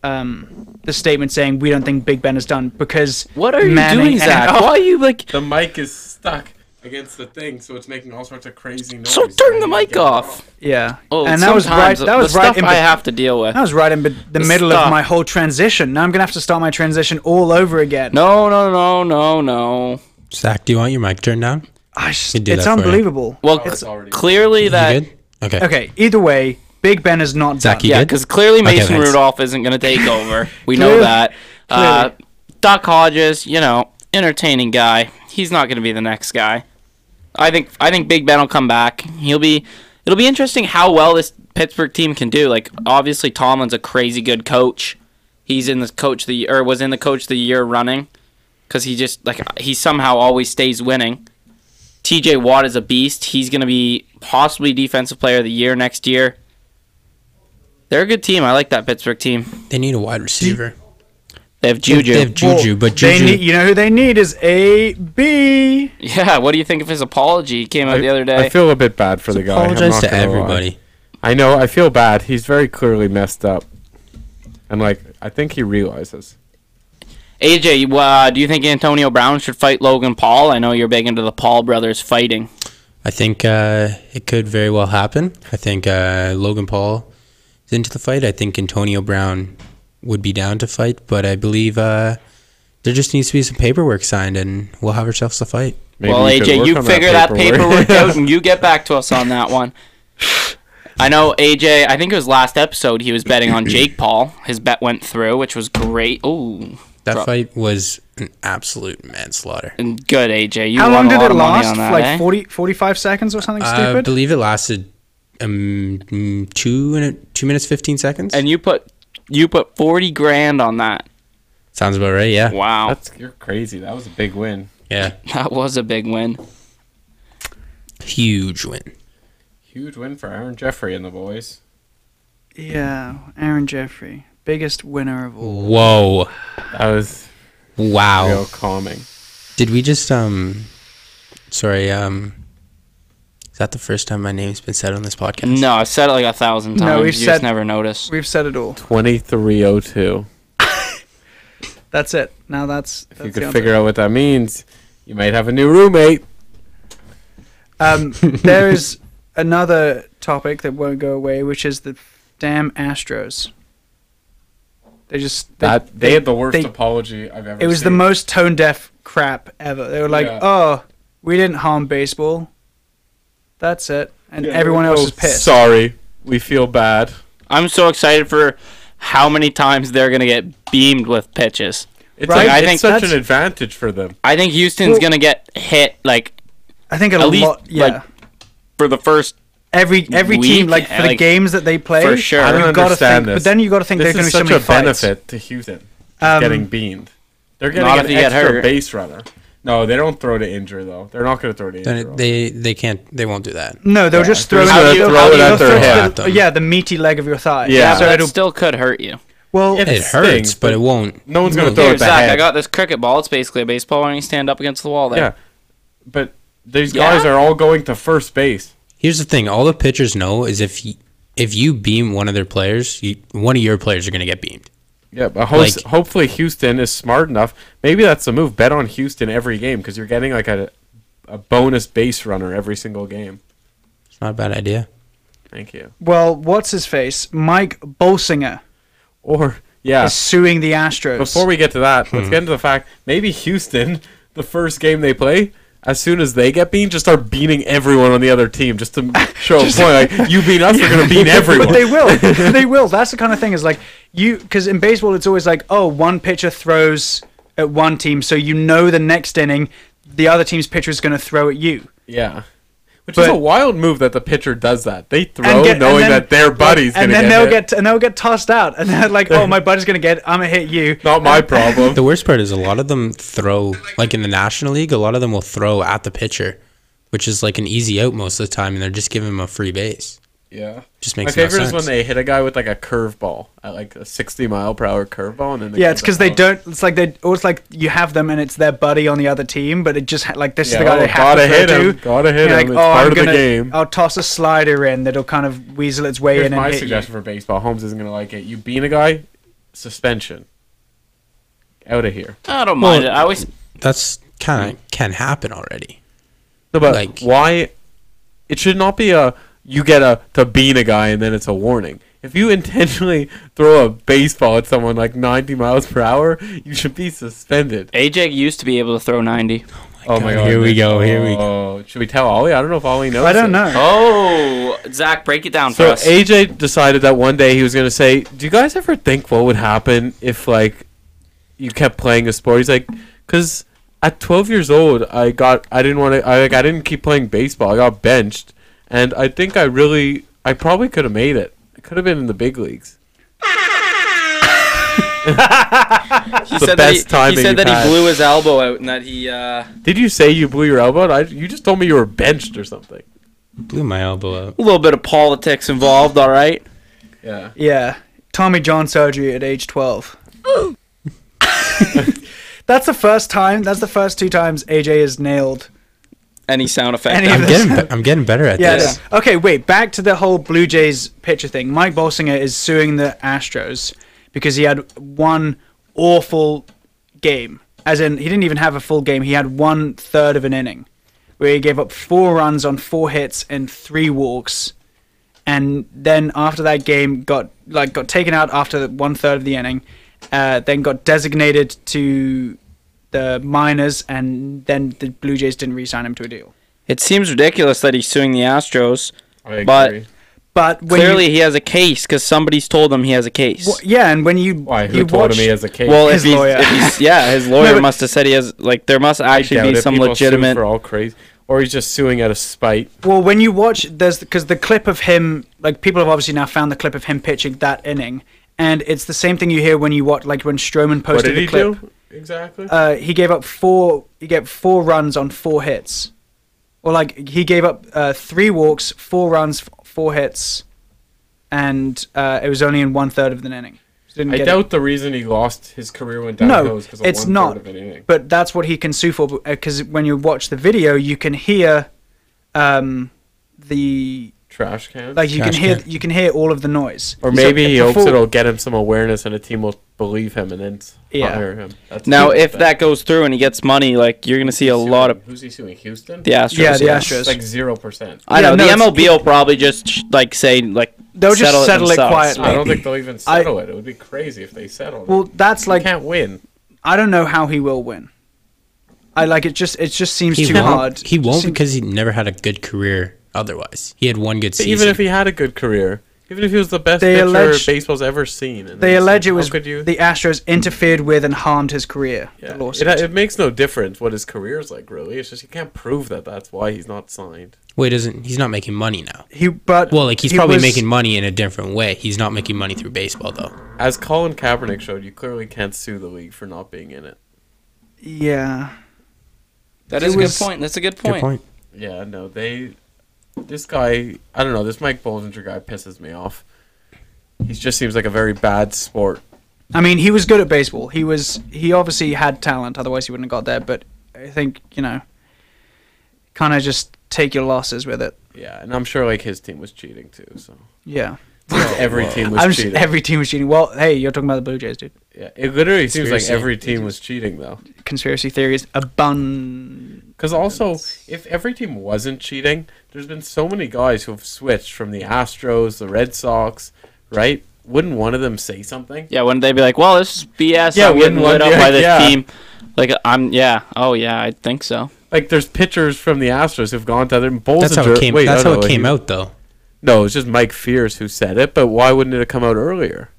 A: um, the statement saying we don't think Big Ben is done because
B: what are you
A: Manning
B: doing,
A: and-
B: Zach?
A: Oh,
B: Why are you like?
C: The mic is stuck against the thing, so it's making all sorts of crazy noise.
B: So turn the mic off.
A: yeah,
B: Oh,
A: and that was right.
B: sometimes
A: That was
B: the
A: right.
B: stuff
A: In,
B: I
A: be-
B: have to deal with.
A: that was right in be- the middle
B: stuff.
A: of my whole transition. Now I'm gonna have to start my transition all over again.
B: No, no, no, no, no.
D: Zach, do you want your mic turned down?
A: I s-
D: You did
A: it's
D: that for you.
A: unbelievable.
B: Well,
C: Oh, it's
B: c-
C: already-
B: clearly
D: you
B: that
D: good? Okay.
A: Okay, either way, Big Ben is not
D: Zach,
A: done.
D: you
B: yeah,
D: good?
B: because clearly
D: Okay,
B: Mason
D: thanks.
B: Rudolph isn't going to take over. We know
A: Clearly-
B: that. Uh, Doc Hodges, you know, entertaining guy. He's not going to be the next guy. I think I think Big Ben will come back. He'll be. It'll be interesting how well this Pittsburgh team can do. Like obviously Tomlin's a crazy good coach. He's in the coach of the or was in the coach of the year running because he just like he somehow always stays winning. TJ Watt is a beast. He's going to be possibly defensive player of the year next year. They're a good team. I like that Pittsburgh team.
D: They need a wide receiver.
B: They have
D: They-
B: Juju.
D: They have Juju,
A: Well,
D: but
A: they
D: Juju.
A: need- you know who they need is A B.
B: yeah, what do you think of his apology? He came out the other day.
C: I feel a bit bad for the guy. I'm
D: apologize
C: not
D: to
C: gonna lie.
D: everybody.
C: I know. I feel bad. He's very clearly messed up, and like I think he realizes.
B: AJ, uh, do you think Antonio Brown should fight Logan Paul? I know you're big into the Paul brothers fighting.
D: I think uh, it could very well happen. I think uh, Logan Paul is into the fight. I think Antonio Brown would be down to fight, but I believe uh, there just needs to be some paperwork signed, and we'll have ourselves a fight.
C: Maybe
B: well,
C: we could
B: AJ,
C: work
B: you
C: on
B: figure that paperwork out and you get back to us on that one. I know AJ, I think it was last episode he was betting on Jake Paul. His bet went through, which was great. Ooh.
D: That
B: Bro.
D: fight was an absolute manslaughter.
B: And good AJ. You
A: How long
B: won a
A: did
B: lot
A: it
B: of money
A: last?
B: on that,
A: like
B: eh?
A: forty, forty-five 40, 45 seconds or something
C: Uh,
D: I
A: stupid?
D: Uh, believe it lasted um, mm, two and two minutes fifteen seconds.
B: and you put you put 40 grand on that.
D: Sounds about right. Yeah.
B: Wow.
C: That's you're crazy. That was a big win.
D: Yeah.
B: That was a big win.
D: Huge win.
C: Huge win for Aaron Jeffrey and the boys.
A: Yeah, Aaron Jeffrey, biggest winner of all.
D: Whoa.
C: That was
D: Wow.
C: real calming.
D: Did we just um sorry, um is that the first time my name's been said on this podcast?
B: No, I've said it like a thousand
A: No,
B: times.
A: we've
B: you
A: said-
B: just never notice.
A: We've said it all.
C: 2302.
A: That's it. Now that's.
C: If
A: that's
C: you
A: the
C: could
A: answer.
C: figure out what that means, you might have a new roommate.
A: Um, there is another topic that won't go away, which is the damn Astros. They just they,
C: that they, had the worst
A: they-
C: apology I've ever.
A: it was the
C: seen.
A: most tone deaf crap ever. They were like,
C: Yeah.
A: "Oh, we didn't harm baseball. That's it," and
C: Yeah,
A: everyone
C: we're
A: else
C: so
A: is pissed.
C: Oh, Sorry, we feel bad.
B: I'm so excited for how many times they're gonna get beamed with pitches.
C: It's
A: Right?
C: like,
B: I
C: it's
B: think
C: such
A: that's-
C: an advantage for them.
B: I think Houston's
A: Well-
B: gonna get hit like
A: I think a
B: At least,
A: lot. Yeah,
B: like, for the first.
A: every every team
B: week,
A: like for the
B: like,
A: games that they play.
B: for sure.
C: I don't
A: you gotta
C: understand
A: think,
C: this.
A: But then you got to think
C: This
A: there's going
C: is
A: to be so
C: such
A: many
C: a
A: fights.
C: benefit to Houston.
A: Um,
C: getting beamed. They're
B: Not
C: gonna
B: if
C: get
B: you
C: an
B: get
C: extra
B: hurt.
C: base runner. No, they don't throw to injure though. They're not gonna throw to
D: Then
C: injure.
D: it- they they can't they won't do that.
A: No, they'll just throw,
C: They're
A: in-
C: just
B: gonna
A: they'll-
B: throw it
A: they'll
B: at their
A: throw it
D: head.
A: to the- Yeah, the meaty leg of your thigh.
C: Yeah.
B: Yeah,
A: so
B: but that
A: it'll
B: still could hurt you.
A: well,
C: It
D: It
C: stings,
D: hurts, but it won't.
C: no one's gonna
D: no,
C: throw
B: Here,
C: it to
B: Zach,
C: head.
B: I got this cricket ball. It's basically a baseball. Why don't you stand up against the wall there?
C: yeah, but these
B: Yeah?
C: guys are all going to first base.
D: Here's the thing: all the pitchers know is if y if you beam one of their players, you, one of your players are going to get beamed.
C: Yeah, but hos-
D: Like-
C: hopefully Houston is smart enough. Maybe that's the move. Bet on Houston every game because you're getting like a a bonus base runner every single game.
D: It's not a bad idea.
C: Thank you.
A: well, what's his face? Mike Bolsinger
C: Or yeah,
A: is suing the Astros.
C: Before we get to that, let's
A: Hmm.
C: get into the fact maybe Houston, the first game they play, as soon as they get beaten, just start beating everyone on the other team just to show a point. Like you beat us, we're gonna beat everyone.
A: but they will. they will. That's the kind of thing is like you because in baseball it's always like oh one pitcher throws at one team, so you know the next inning the other team's pitcher is going to throw at you.
C: yeah. Which is
A: But-
C: a wild move that the pitcher does that. They throw
A: get-
C: knowing
A: then-
C: that their buddy's
A: and
C: gonna
A: then
C: get
A: they'll
C: hit.
A: get and they'll get tossed out, and they're like, "Oh, my buddy's gonna get. It. I'm gonna hit you."
C: Not my problem.
D: The worst part is a lot of them throw like in the National League. A lot of them will throw at the pitcher, which is like an easy out most of the time, and they're just giving them a free base.
C: yeah.
D: Just
C: My
D: makes no
C: favorite
D: sense.
C: is when they hit a guy with like a curveball, at like a sixty mile per hour curveball, and then
A: Yeah, it's
C: give
A: because they
C: up.
A: don't. It's like they. Or it's like you have them, and it's their buddy on the other team, but it just ha- like this
C: Yeah,
A: is the guy
C: oh,
A: they have
C: gotta
A: to throw
C: hit him,
A: to.
C: gotta hit
A: You're
C: him,
A: like,
C: it's
A: oh,
C: part
A: I'm
C: of the
A: gonna,
C: game."
A: I'll toss a slider in that'll kind of weasel its way
C: Here's
A: in and
C: my
A: hit you.
C: suggestion for baseball. Holmes isn't gonna like it. You being a guy, suspension. Out of here.
B: I don't mind
D: Well-
B: it. I always
D: That's
C: Mm.
D: kind of can happen already.
C: No, but
D: Like-
C: why? It should not be a you get a to bean a guy and then it's a warning. If you intentionally throw a baseball at someone like 90 miles per hour, you should be suspended.
B: AJ used to be able to throw 90.
C: Oh my
D: God,
C: god!
D: here we go, here we
C: go. Oh, Should we tell Ollie? I don't know if Ollie knows.
A: I don't
C: it.
A: know.
B: Oh, Zach, break it down for
C: So
B: us.
C: AJ decided that one day he was gonna say, "Do you guys ever think what would happen if like you kept playing a sport?" He's like, "Cause at 12 years old, I got I didn't want to I like I didn't keep playing baseball. I got benched, and I think I really I probably could have made it. I could have been in the big leagues.
B: he
C: the
B: said
C: best
B: that he,
C: timing
B: he said
C: you've
B: that
C: had.
B: he blew his elbow out and that he uh,
C: Did you say you blew your elbow? I, you just told me you were benched or something.
D: Blew my elbow out.
B: a little bit of politics involved. All right.
C: Yeah.
A: Yeah, Tommy John surgery at age 12. that's the first time. That's the first two times AJ is nailed.
B: Any sound effect?
A: Any of
D: I'm
A: this-
D: getting be- I'm getting better at
A: Yeah.
D: this.
A: it is. Okay, wait. Back to the whole Blue Jays pitcher thing. Mike Bolsinger is suing the Astros because he had one awful game. As in, he didn't even have a full game. He had one third of an inning where he gave up four runs on four hits and three walks. And then after that game, got like got taken out after the one third of the inning. Uh, then got designated to the minors, and then the Blue Jays didn't re-sign him to a deal.
B: It seems ridiculous that he's suing the Astros.
C: I
B: But-
C: agree.
A: But when you-
B: Clearly, he has a case because somebody's told him he has a case.
A: Well, yeah, and when you
C: why? Who
A: you
C: told
A: watch-
C: him he has a case?
B: Well,
A: His
B: if he's,
A: lawyer.
B: if he's yeah, his lawyer
A: but-
B: must have said he has like there must
C: I doubt
B: actually be
C: it.
B: some
C: People sue
B: legitimate.
C: for all crazy, or he's just suing out of spite.
A: well when you watch there's because the clip of him like people have obviously now found the clip of him pitching that inning, and it's the same thing you hear when you watch like when Stroman
C: What
A: posted
C: did
A: the
C: he
A: clip.
C: do? exactly?
A: uh, he gave up four. He gave four runs on four hits, or like he gave up uh, three walks, four runs, f- four hits, and uh, it was only in one third of an inning. So didn't
C: I
A: get it.
C: doubt the reason he lost his career went downhill
A: No,
C: is because of
A: it's
C: one
A: not.
C: of an inning.
A: But that's what he can sue for. Because when you watch the video, you can hear um, the
C: Trash can.
A: like you
D: Trash
A: can hear
D: can.
A: you can hear all of the noise.
C: or
A: So
C: maybe he
A: it's a
C: hopes
A: full-
C: it'll get him some awareness and a team will believe him and then s-
A: Yeah.
C: hire him. That's
B: Now, if that goes through and he gets money, like you're gonna see a lot of
C: Who's he suing? Houston?
B: the Astros.
A: Yeah, the
B: will-
A: Astros.
C: It's like 0%.
B: I
A: Yeah,
B: know
A: no,
B: the
A: it's-
B: MLB will probably just sh- like say like
A: They'll just settle it
B: themselves.
A: quietly.
C: I don't think they'll even
A: I-
C: settle it. It would be crazy if they settled
A: Well,
C: it.
A: that's
C: Like,
A: like
C: can't win.
A: I don't know how he will win. I like it. Just it just seems
D: He
A: too
D: won't.
A: hard.
D: He won't
A: Seems-
D: because he never had a good career. Otherwise, he had one good
C: But
D: season.
C: even if he had a good career, even if he was the best
A: They
C: pitcher
A: allege-
C: baseball's ever seen, and
A: They
C: it's
A: allege
C: like,
A: it
C: how
A: was
C: Could you?
A: the Astros interfered with and harmed his career.
C: yeah.
A: The
C: it,
A: lawsuit.
C: it makes no difference what his career's like, really. It's just you can't prove that that's why he's not signed.
D: Wait, doesn't he's not making money now?
A: he but
D: Well, like he's
A: he
D: probably
A: was-
D: making money in a different way. He's not making money through baseball though.
C: As Colin Kaepernick showed, you clearly can't sue the league for not being in it.
A: Yeah,
B: That
A: It
B: is a good
A: was-
B: point. That's a good point.
C: Yeah, no, they. This guy, I don't know. This Mike Bollinger guy pisses me off. He just seems like a very bad sport.
A: I mean he was good at baseball. He was he obviously had talent. Otherwise he wouldn't have got there. But I think you know, kind of just take your losses with it.
C: Yeah, and I'm sure like his team was cheating too. So
A: Yeah,
C: every team was
A: I'm just,
C: cheating.
A: every team was cheating. Well, hey, you're talking about the Blue Jays, dude.
C: yeah, it literally seems like
D: Conspiracy.
C: every team was cheating though.
A: Conspiracy theories abun.
C: Because also, if every team wasn't cheating, there's been so many guys who have switched from the Astros, the Red Sox, right? Wouldn't one of them say something?
B: Yeah, wouldn't they be like, well, this is BS.
C: Yeah,
B: I'm getting
C: wouldn't
B: lit
C: one-
B: up by this
C: yeah.
B: team. Like I'm, yeah. Oh yeah, I think so.
C: Like there's pitchers from the Astros who've gone to other. Bolsinger,
D: That's how it came.
C: Wait,
D: that's
C: no,
D: how
C: no,
D: it came
C: he-
D: out though.
C: No, it's just Mike Fierce who said it. But why wouldn't it have come out earlier?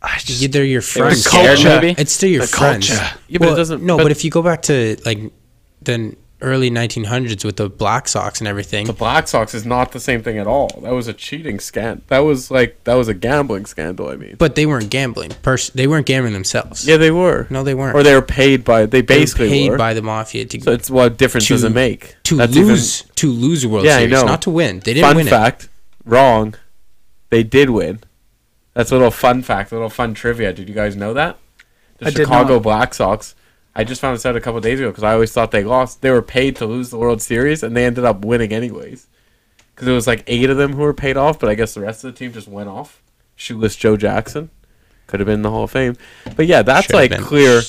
A: I just
D: Yeah, They're your
B: were
D: friends.
B: scared,
D: Culture.
B: maybe?
D: It's still your friends.
A: culture.
C: Yeah, but
D: well,
C: it doesn't.
D: No, but, if you go back to like the early 1900s with the Black Sox and everything,
C: the Black Sox is not the same thing at all. That was a cheating scandal. That was like that was a gambling scandal. I mean,
D: but they weren't gambling. Pers- they weren't gambling themselves.
C: yeah, they were.
D: No, they weren't.
C: Or they were paid by. They
D: They were
C: basically
D: paid
C: were.
D: by the mafia to
C: so it's what difference
D: to-
C: does it make
D: to
C: That's even-
D: lose to lose a World
C: Yeah, I
D: Series,
C: know.
D: not to win. They didn't
C: fun
D: win
C: fact, wrong. They did win. That's a little fun fact, a little fun trivia. Did you guys know that? The
A: I did
C: Chicago
A: not.
C: Black Sox. I just found this out a couple days ago because I always thought they lost. They were paid to lose the World Series, and they ended up winning anyways. Because it was like eight of them who were paid off, but I guess the rest of the team just went off. Shoeless Joe Jackson could have been in the Hall of Fame, but yeah, that's
D: Should have
C: like
D: been.
C: clear.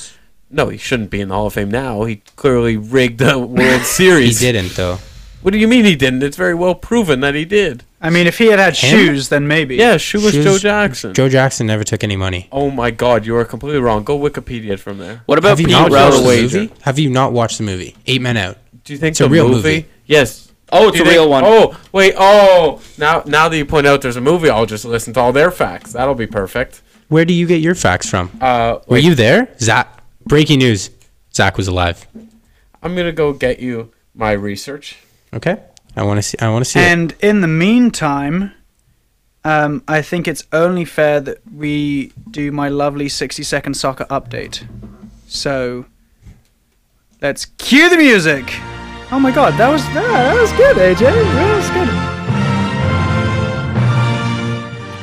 C: No, he shouldn't be in the Hall of Fame now. He clearly rigged the World
D: it. He
C: Series.
D: didn't though.
C: What do you mean he didn't? It's very well proven that he did.
A: I mean, if he had had
D: Him?
A: shoes, then maybe.
C: Yeah, shoeless
D: Shoes-
C: Joe Jackson.
D: Joe Jackson never took any money.
C: oh my God, you are completely wrong. Go Wikipedia from there.
B: What about
D: Have you
B: Pete
D: not watched the
B: Rose?
C: Routledge?
D: movie? Have you not watched the movie Eight Men Out?
C: Do you think
D: It's a real movie.
C: Yes.
B: Oh, it's
C: Do
B: a
C: you think-
B: real one.
C: Oh wait. Oh, now now that you point out there's a movie, I'll just listen to all their facts. That'll be perfect.
D: Where do you get your facts from?
C: Uh,
D: Were
C: wait,
D: you there, Zach? Breaking news: Zach was alive.
C: I'm gonna go get you my research.
D: Okay, I want to see. I want to see. it.
A: And in the meantime, um, I think it's only fair that we do my lovely 60 second soccer update. So let's cue the music. Oh my god, that was that was good, AJ. That was good.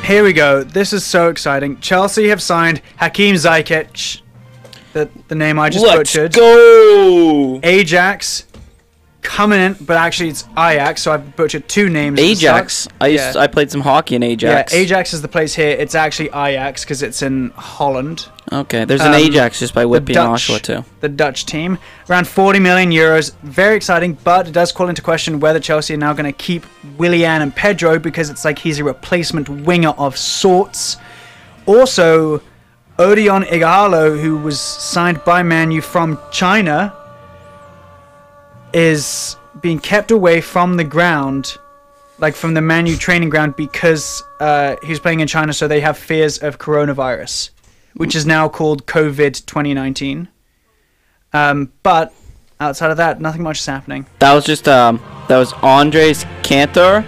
A: Here we go. This is so exciting. Chelsea have signed Hakim Ziyech, the the name I just
B: Let's
A: butchered.
B: go.
A: Ajax coming in, but actually it's Ajax, so I've butchered two names. at the
B: Ajax.
A: start.
B: I used,
A: yeah.
B: I played some hockey in Ajax.
A: Yeah, Ajax is the place here. It's actually Ajax because it's in Holland.
B: Okay, there's an
A: Um,
B: Ajax just by
A: The
B: Whitby and
A: Dutch,
B: Oshawa too.
A: the Dutch team, around 40 million euros. Very exciting, but it does call into question whether Chelsea are now going to keep Willian and Pedro because it's like he's a replacement winger of sorts. Also, Odion Igalo, who was signed by Man U from China, is being kept away from the ground, like from the Man U training ground, because uh, he's playing in China, so they have fears of coronavirus, which is now called COVID 2019. Um, but outside of that, nothing much is happening.
B: That was just um, that was Andres Cantor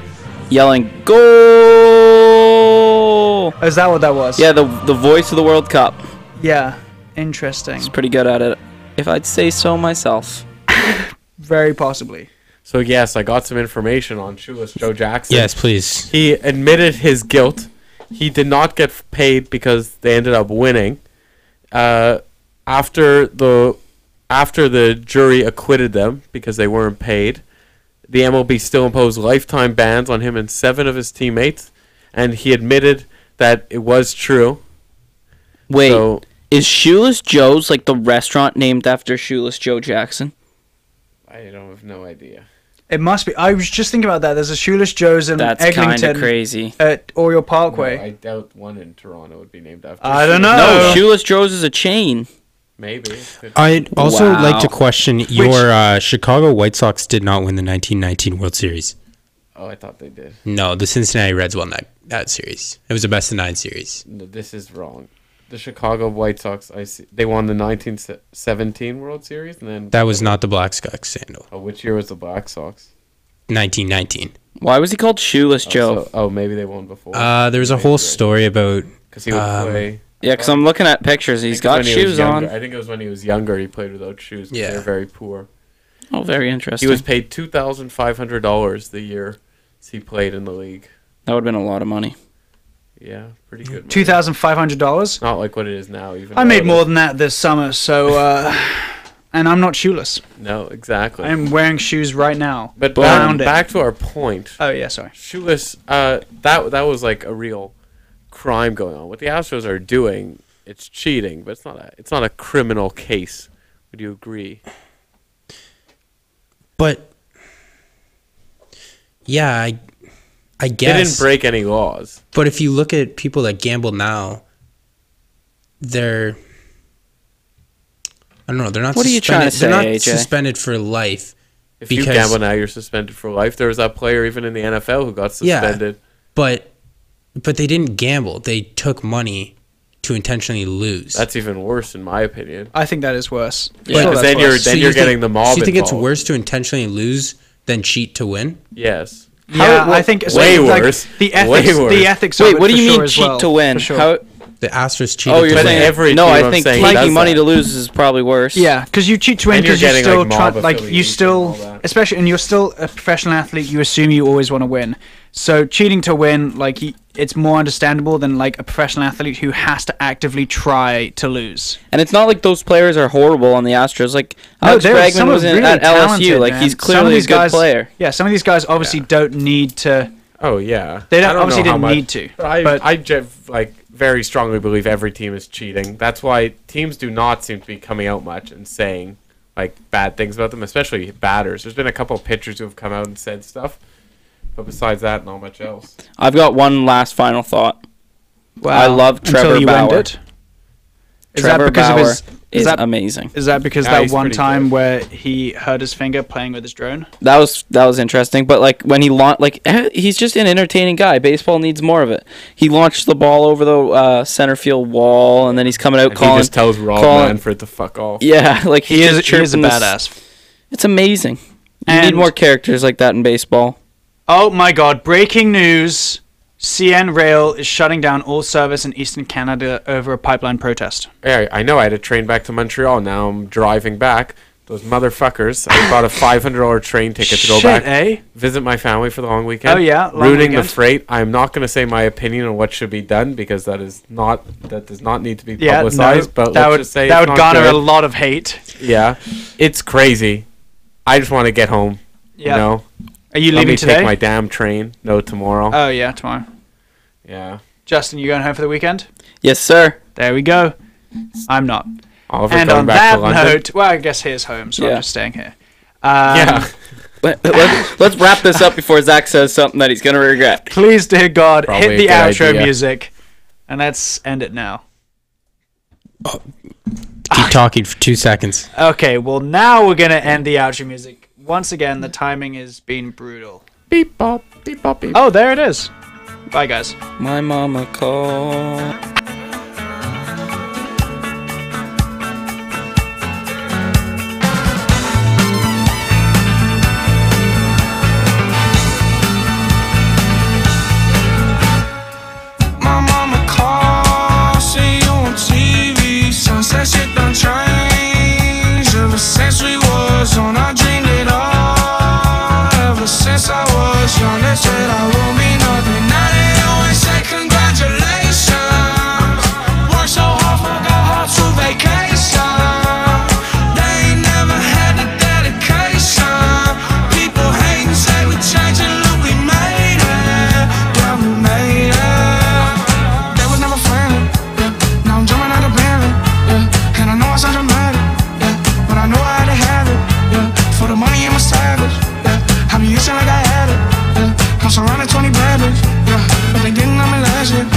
B: yelling goal.
A: Oh, is that what that was?
B: Yeah, the the voice of the World Cup.
A: Yeah. Interesting.
B: He's pretty good at it, if I'd say so myself.
A: Very possibly.
C: So yes, I got some information on Shoeless Joe Jackson.
D: Yes, please.
C: He admitted his guilt. He did not get f- paid because they ended up winning. Uh, after the after the jury acquitted them because they weren't paid, the MLB still imposed lifetime bans on him and seven of his teammates, and he admitted that it was true.
B: Wait,
C: So
B: is Shoeless Joe's like the restaurant named after Shoeless Joe Jackson?
A: Mm-hmm.
C: I don't have no idea.
A: It must be. I was just thinking about that. There's a Shoeless Joe's in
B: That's kind of
A: Eglinton
B: crazy.
A: at Oriel Parkway.
C: I doubt one in Toronto would be named after.
A: I don't know. Uh,
B: No, Shoeless Joe's is a chain.
C: Maybe.
D: I'd also
B: Wow.
D: like to question your uh, Chicago White Sox did not win the 1919 World Series.
C: Oh, I thought they did.
D: No, the Cincinnati Reds won that, that series. It was a best of nine series.
C: No, this is wrong. The Chicago White Sox, I see, they won the 1917 World Series, and then
D: That was not the Black Sox scandal.
C: oh, which year was the Black Sox?
D: 1919.
B: Why was he called Shoeless
C: Oh,
B: Joe?
C: so- oh, maybe they won before.
D: Uh, there was a whole story about
C: because he would
D: um,
C: play.
B: Yeah, because I'm looking at pictures.
C: I
B: He's
C: think
B: got
C: it was when he was
B: shoes
C: younger.
B: on.
C: I think it was when he was younger. He played without shoes. 'cause
D: Yeah.
C: they're very poor.
B: Oh, very
C: He
B: interesting.
C: was paid two thousand five hundred dollars the year he played in the league.
B: that would have been a lot of money.
C: Yeah, pretty good. money.
A: Two thousand five hundred dollars.
C: Not like what it is now. Even
A: I made
C: though it
A: more
C: is-
A: than that this summer, so uh, and I'm not shoeless.
C: No, exactly.
A: I am wearing shoes right now.
C: but
A: Found
C: back,
A: it.
C: back to our point.
A: Oh yeah, sorry.
C: shoeless uh that that was like a real crime going on what the astros are doing it's cheating but it's not a it's not a criminal case would you agree
D: But yeah, I, I
C: they
D: guess.
C: didn't break any laws
D: but if you look at people that gamble now, they're I don't know. They're not.
B: What are you trying to
D: suspended- They're not
B: say, AJ?
D: suspended for life.
C: if you
D: Because-
C: gamble now you're suspended for life there was that player even in the nfl who got
D: Yeah.
C: suspended
D: But but they didn't gamble. They took money to intentionally lose.
C: that's even worse in my opinion
A: I think that is worse.
B: Yeah.
A: Sure, that's
C: because then you're
A: worse.
C: then
D: you
C: you're
D: think-
C: getting the mob
D: So you think it's
C: involved.
D: worse to intentionally lose than cheat to win?
C: yes
A: Yeah,
C: How-
A: I think so,
C: way
A: like,
C: worse
A: The
C: Way
A: ethics,
C: worse.
A: the ethics. of
B: Wait,
A: it
B: what do
A: for
B: you
A: sure
B: mean
A: as
B: cheat
A: well,
B: to win?
A: for Sure.
B: How,
D: The Astros cheated.
B: oh, you're
D: to
C: But
B: saying
D: win.
C: every
B: no?
C: team
B: I
C: I'm
B: think
C: saying
B: taking
C: does
B: money
C: that.
B: to lose is probably worse.
A: Yeah, because you cheat to win
C: And you're
A: because you
C: getting,
A: still
C: like,
A: try,
C: mob
A: like you
C: affiliations
A: still,
C: and all that.
A: especially, and you're still a professional athlete. You assume you always want to win. So cheating to win, like y- it's more understandable than like a professional athlete who has to actively try to lose.
B: and it's not like those players are horrible on the Astros. Like
A: No,
B: Alex
A: there-
B: Bregman
A: some are
B: was in,
A: really
B: at LSU.
A: talented,
B: like
A: man.
B: he's
A: Some of
B: clearly a
A: these
B: good
A: guys-
B: player.
A: Yeah, some of these guys obviously don't need to.
C: oh yeah
A: They don't-
C: I know
A: obviously
C: how
A: didn't
C: much-
A: need to,
C: but i
A: but-
C: i ge- like very strongly believe every team is cheating that's why teams do not seem to be coming out much and saying like bad things about them especially batters there's been a couple of pitchers who have come out and said stuff but besides that not much else
B: I've got one last final thought.
A: Well,
B: I love Trevor
A: until you
B: Bauer.
A: End it. Is
B: Trevor
A: that because
B: Bauer
A: of his?
B: is
A: Is that,
B: amazing.
A: is that because
C: Yeah,
A: that
C: he's
A: one
C: pretty
A: time
C: good.
A: where he hurt his finger playing with his drone?
B: That was that was interesting, but like when he launched, like eh, he's just an entertaining guy. Baseball needs more of it. He launched the ball over the uh, center field wall, and then he's coming out
C: and
B: calling.
C: he just tells rob
B: Colin-
C: manfred to fuck off
B: yeah, like
A: He
B: he's
A: is. He is a
B: chirping this-
A: badass.
B: It's amazing. You
A: And-
B: need more characters like that in baseball.
A: Oh my god, breaking news. CN Rail is shutting down all service in Eastern Canada over a pipeline protest.
C: yeah i know i had a train back to montreal now i'm driving back those motherfuckers i bought a $500 train ticket to go
A: Shit,
C: back
A: eh?
C: visit my family for the long weekend.
A: Oh, yeah, long
C: rooting
A: weekend.
C: the freight. I'm not going to say my opinion on what should be done because that is not that does not need to be
A: Yeah,
C: publicized.
A: no,
C: but
A: that
C: let's
A: would
C: just say
A: that
C: it's
A: would
C: not
A: garner
C: good.
A: a lot of hate.
C: Yeah, it's crazy. I just want to get home.
A: Yeah.
C: You know,
A: Are you
C: let me
A: leaving today?
C: take my damn train. No, tomorrow.
A: oh yeah, tomorrow.
C: yeah,
A: Justin, you going home for the weekend?
B: Yes, sir.
A: There we go. I'm not.
C: Oliver
A: And
C: going
A: on
C: back
A: that
C: to London.
A: note, well, I guess here's home, so
B: Yeah.
A: I'm just staying here. Um,
C: yeah,
B: Let, let, let's wrap this up before Zach says something that he's gonna regret.
A: Please, dear God,
C: Probably
A: hit
C: a
A: the
C: good
A: outro
C: idea.
A: music, and let's end it now.
D: Keep talking for two seconds.
A: Okay, well now we're gonna end the outro music. Once again, the timing has been brutal.
C: beep bop, beep bop, beep.
A: Oh, there it is. Bye, guys.
B: My mama called.
E: My mama calls, see you on TV. Sunset shit passion.